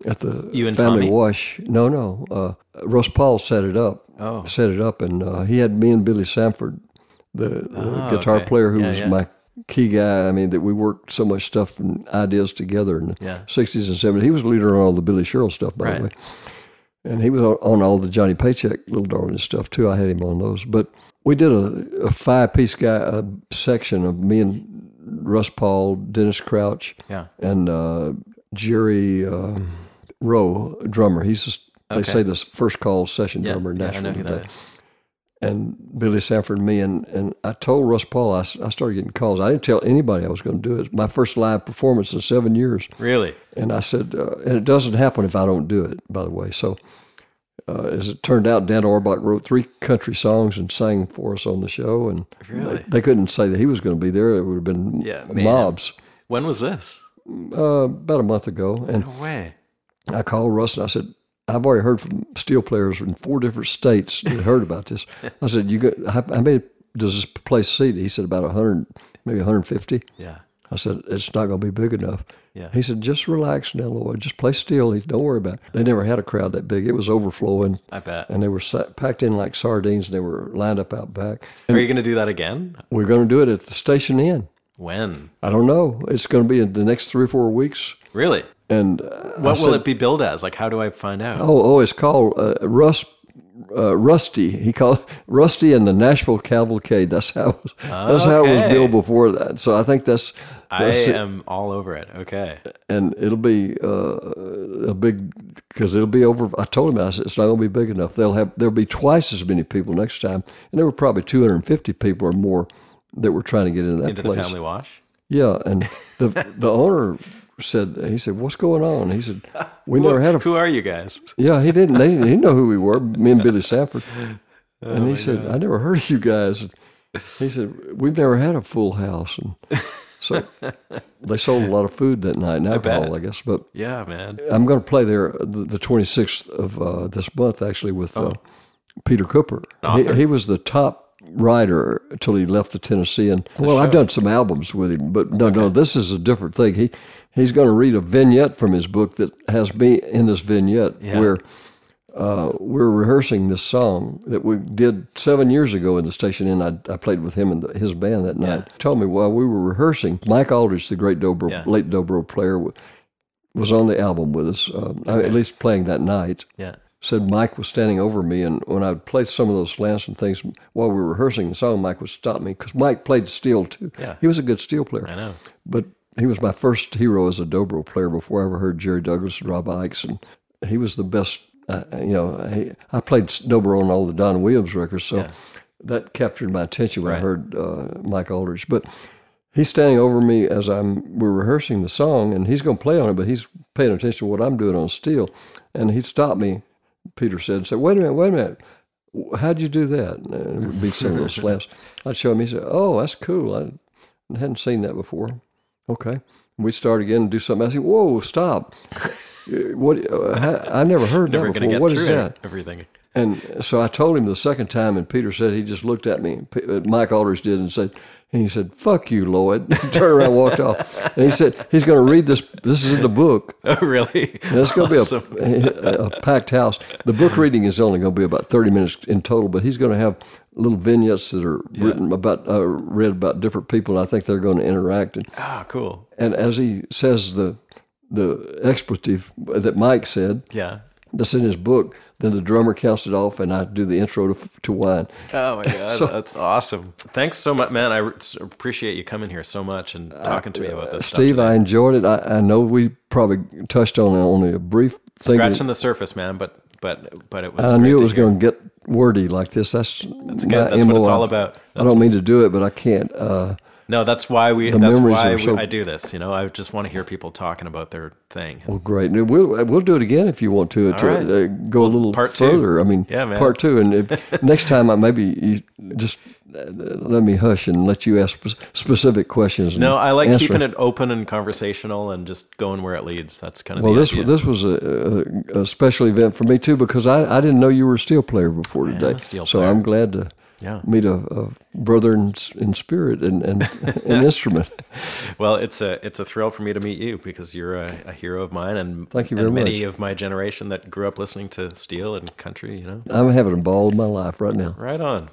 at the
You and
Family
Tommy?
Wash. No, no. Uh, Russ Paul set it up.
Oh.
Set it up, and uh, he had me and Billy Sanford, the, the
Oh,
guitar
okay.
player who
Yeah,
was
yeah.
my key guy. I mean, that we worked so much stuff and ideas together in the
Yeah.
60s and 70s. He was the leader on all the Billy Sherrill stuff, by
Right.
the way. And he was on, on all the Johnny Paycheck, Little Darling stuff too. I had him on those. But we did a, a five piece guy a section of me and Russ Paul, Dennis Crouch,
Yeah.
and uh, Jerry uh, Rowe, drummer. He's just, they
Okay.
say this first call session
Yeah.
drummer in
yeah I
Nashville
know who
today
that is.
and Billy Sanford and me. And, and I told Russ Paul, I, s- I started getting calls. I didn't tell anybody I was going to do it. It's my first live performance in seven years.
Really?
And I said, uh, and it doesn't happen if I don't do it, by the way. So uh, as it turned out, Dan Orbach wrote three country songs and sang for us on the show. And
Really?
they, they couldn't say that he was going to be there. It would have been
Yeah, man.
mobs.
When was this?
Uh, about a month ago. And
No way.
I called Russ and I said, I've already heard from steel players in four different states that heard about this. I said, "You got how, how many does this place seat?" He said, "About hundred, maybe one hundred fifty.
Yeah.
I said, "It's not going to be big enough."
Yeah.
He said, "Just relax now, Lloyd. Just play steel. He said, Don't worry about it." They never had a crowd that big. It was overflowing,
I bet.
and they were sat, packed in like sardines. And they were lined up out back.
Are you going to do that again?
We're going to do it at the station inn.
When?
I don't know. It's going to be in the next three or four weeks.
Really?
And uh,
What will it be billed as? Like, how do I find out?
oh, oh, it's called uh, Rust. Uh, Rusty, he called Rusty and the Nashville Cavalcade. That's how that's how it was
Okay.
billed before that. So I think that's,
I
that's it.
am all over it. Okay.
and it'll be uh, a big because it'll be over. I told him I said it's not going to be big enough. They'll have there'll be twice as many people next time, and there were probably 250 people or more that were trying to get into that
Into
place.
the family wash.
Yeah, and the the owner said he said what's going on? He said we never had a
Who are you guys?
yeah, he didn't. They didn't he know who we were. Me and Billy Sanford.
Oh,
And he said, "I never heard of you guys." And he said, "We've never had a full house." And so they sold a lot of food that night and alcohol, I, guess. But
Yeah, man.
I'm going to play there the, the 26th of uh, this month, actually, with uh, Peter Cooper. He, he was the top writer until he left the Tennessee. And well, I've done some albums with him, but no, no, this is a different thing. He he's going to read a vignette from his book that has me in this vignette where. Uh, we're rehearsing this song that we did seven years ago in the station, and I, I played with him and the, his band that night. Told me while we were rehearsing, Mike Aldridge, the great dobro,
Yeah.
late dobro player, wa- was on the album with us, um, I- at least playing that night.
Yeah.
Said Mike was standing over me, and when I would play some of those slants and things while we were rehearsing the song, Mike would stop me because Mike played steel too.
Yeah.
He was a good steel player.
I know.
But he was my first hero as a dobro player before I ever heard Jerry Douglas and Rob Ikes, and he was the best. Uh, you know, he, I played dobro on all the Don Williams records, so that captured my attention when I heard uh, Mike Aldridge. But he's standing over me as I'm we're rehearsing the song, and he's going to play on it, but he's paying attention to what I'm doing on steel, and he stopped me. Peter said, and "said Wait a minute, wait a minute." how'd you do that? And it would be some of those slaps. I'd show him. He said, "Oh, that's cool. I hadn't seen that before." Okay, we start again and do something. I said, "Whoa, stop! what? Uh, how- I never heard
Never going
that
to
before.
get
What
through
is that?"
everything.
And so I told him the second time, and Peter said he just looked at me. P- uh, Mike Aldridge did, and said, and he said, "Fuck you, Lloyd." Turned around, and walked off, and he said he's going to read this. This is in the book.
Oh, really?
And it's going to be a, a packed house. The book reading is only going to be about 30 minutes in total, but he's going to have little vignettes that are written about, uh, read about different people. I think they're going to interact. And,
Ah, cool.
and as he says the, the expletive that Mike said,
Yeah.
that's in his book, then the drummer counts it off and I do the intro to, to wine.
Oh my god, that's awesome! Thanks so much, man. I re- appreciate you coming here so much and talking to me about this. stuff
Uh, Steve,
today.
I enjoyed it. I, I know we probably touched on only a brief thing. that-
scratching the surface, man. But but but it was.
I
great
knew it
to
was
hear.
going to get wordy like this. That's that's,
good. That's what it's all about.
I don't mean to do it, but I can't. Uh,
No, that's why we. That's
memories
why
are
we,
so-
I do this. You know, I just want to hear people talking about their thing.
well, great. And We'll we'll do it again if you want to. to
right.
uh, go a little
part two.
further. I mean,
Yeah, man.
part two. And if, next time, I maybe you just uh, let me hush and let you ask spe- specific questions. and
No, I like
answer.
keeping it open and conversational and just going where it leads. That's kind of
Well,
the
this
idea.
this was a, a, a special event for me too because I, I didn't know you were a steel player before today.
a steel
so
player.
I'm glad to
Yeah.
meet a, a brother in, s- in spirit and, and an instrument.
well, it's a it's a thrill for me to meet you because you're a, a hero of mine and
Thank you
and
very
many
much.
of my generation that grew up listening to steel and country. You know,
I'm having a ball of my life right now.
right on.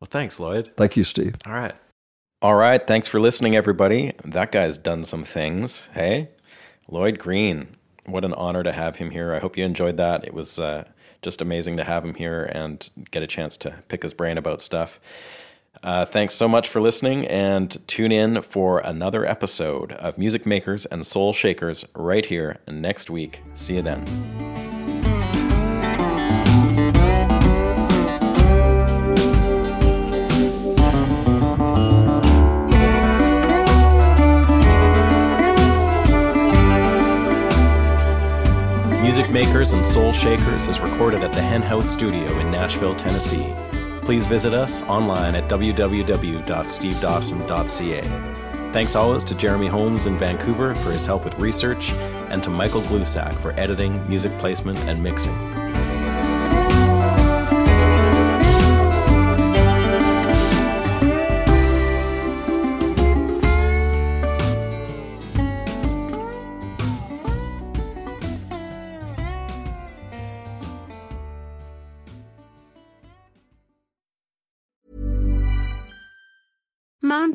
Well, thanks, Lloyd.
Thank you, Steve.
All right. All right. Thanks for listening, everybody. That guy's done some things. Hey, Lloyd Green. What an honor to have him here. I hope you enjoyed that. It was uh, just amazing to have him here and get a chance to pick his brain about stuff. Uh, thanks so much for listening and tune in for another episode of Music Makers and Soul Shakers right here next week. See you then. Music Makers and Soul Shakers is recorded at the Hen House Studio in Nashville, Tennessee. Please visit us online at www.stevedawson.ca. Thanks always to Jeremy Holmes in Vancouver for his help with research, and to Michael Glusak for editing, music placement, and mixing.
Mom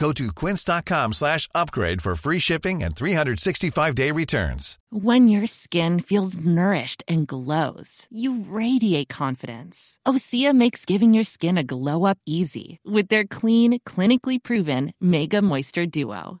Go to quince.com slash upgrade for free shipping and 365-day returns.
When your skin feels nourished and glows, you radiate confidence. Osea makes giving your skin a glow up easy with their clean, clinically proven Mega Moisture Duo.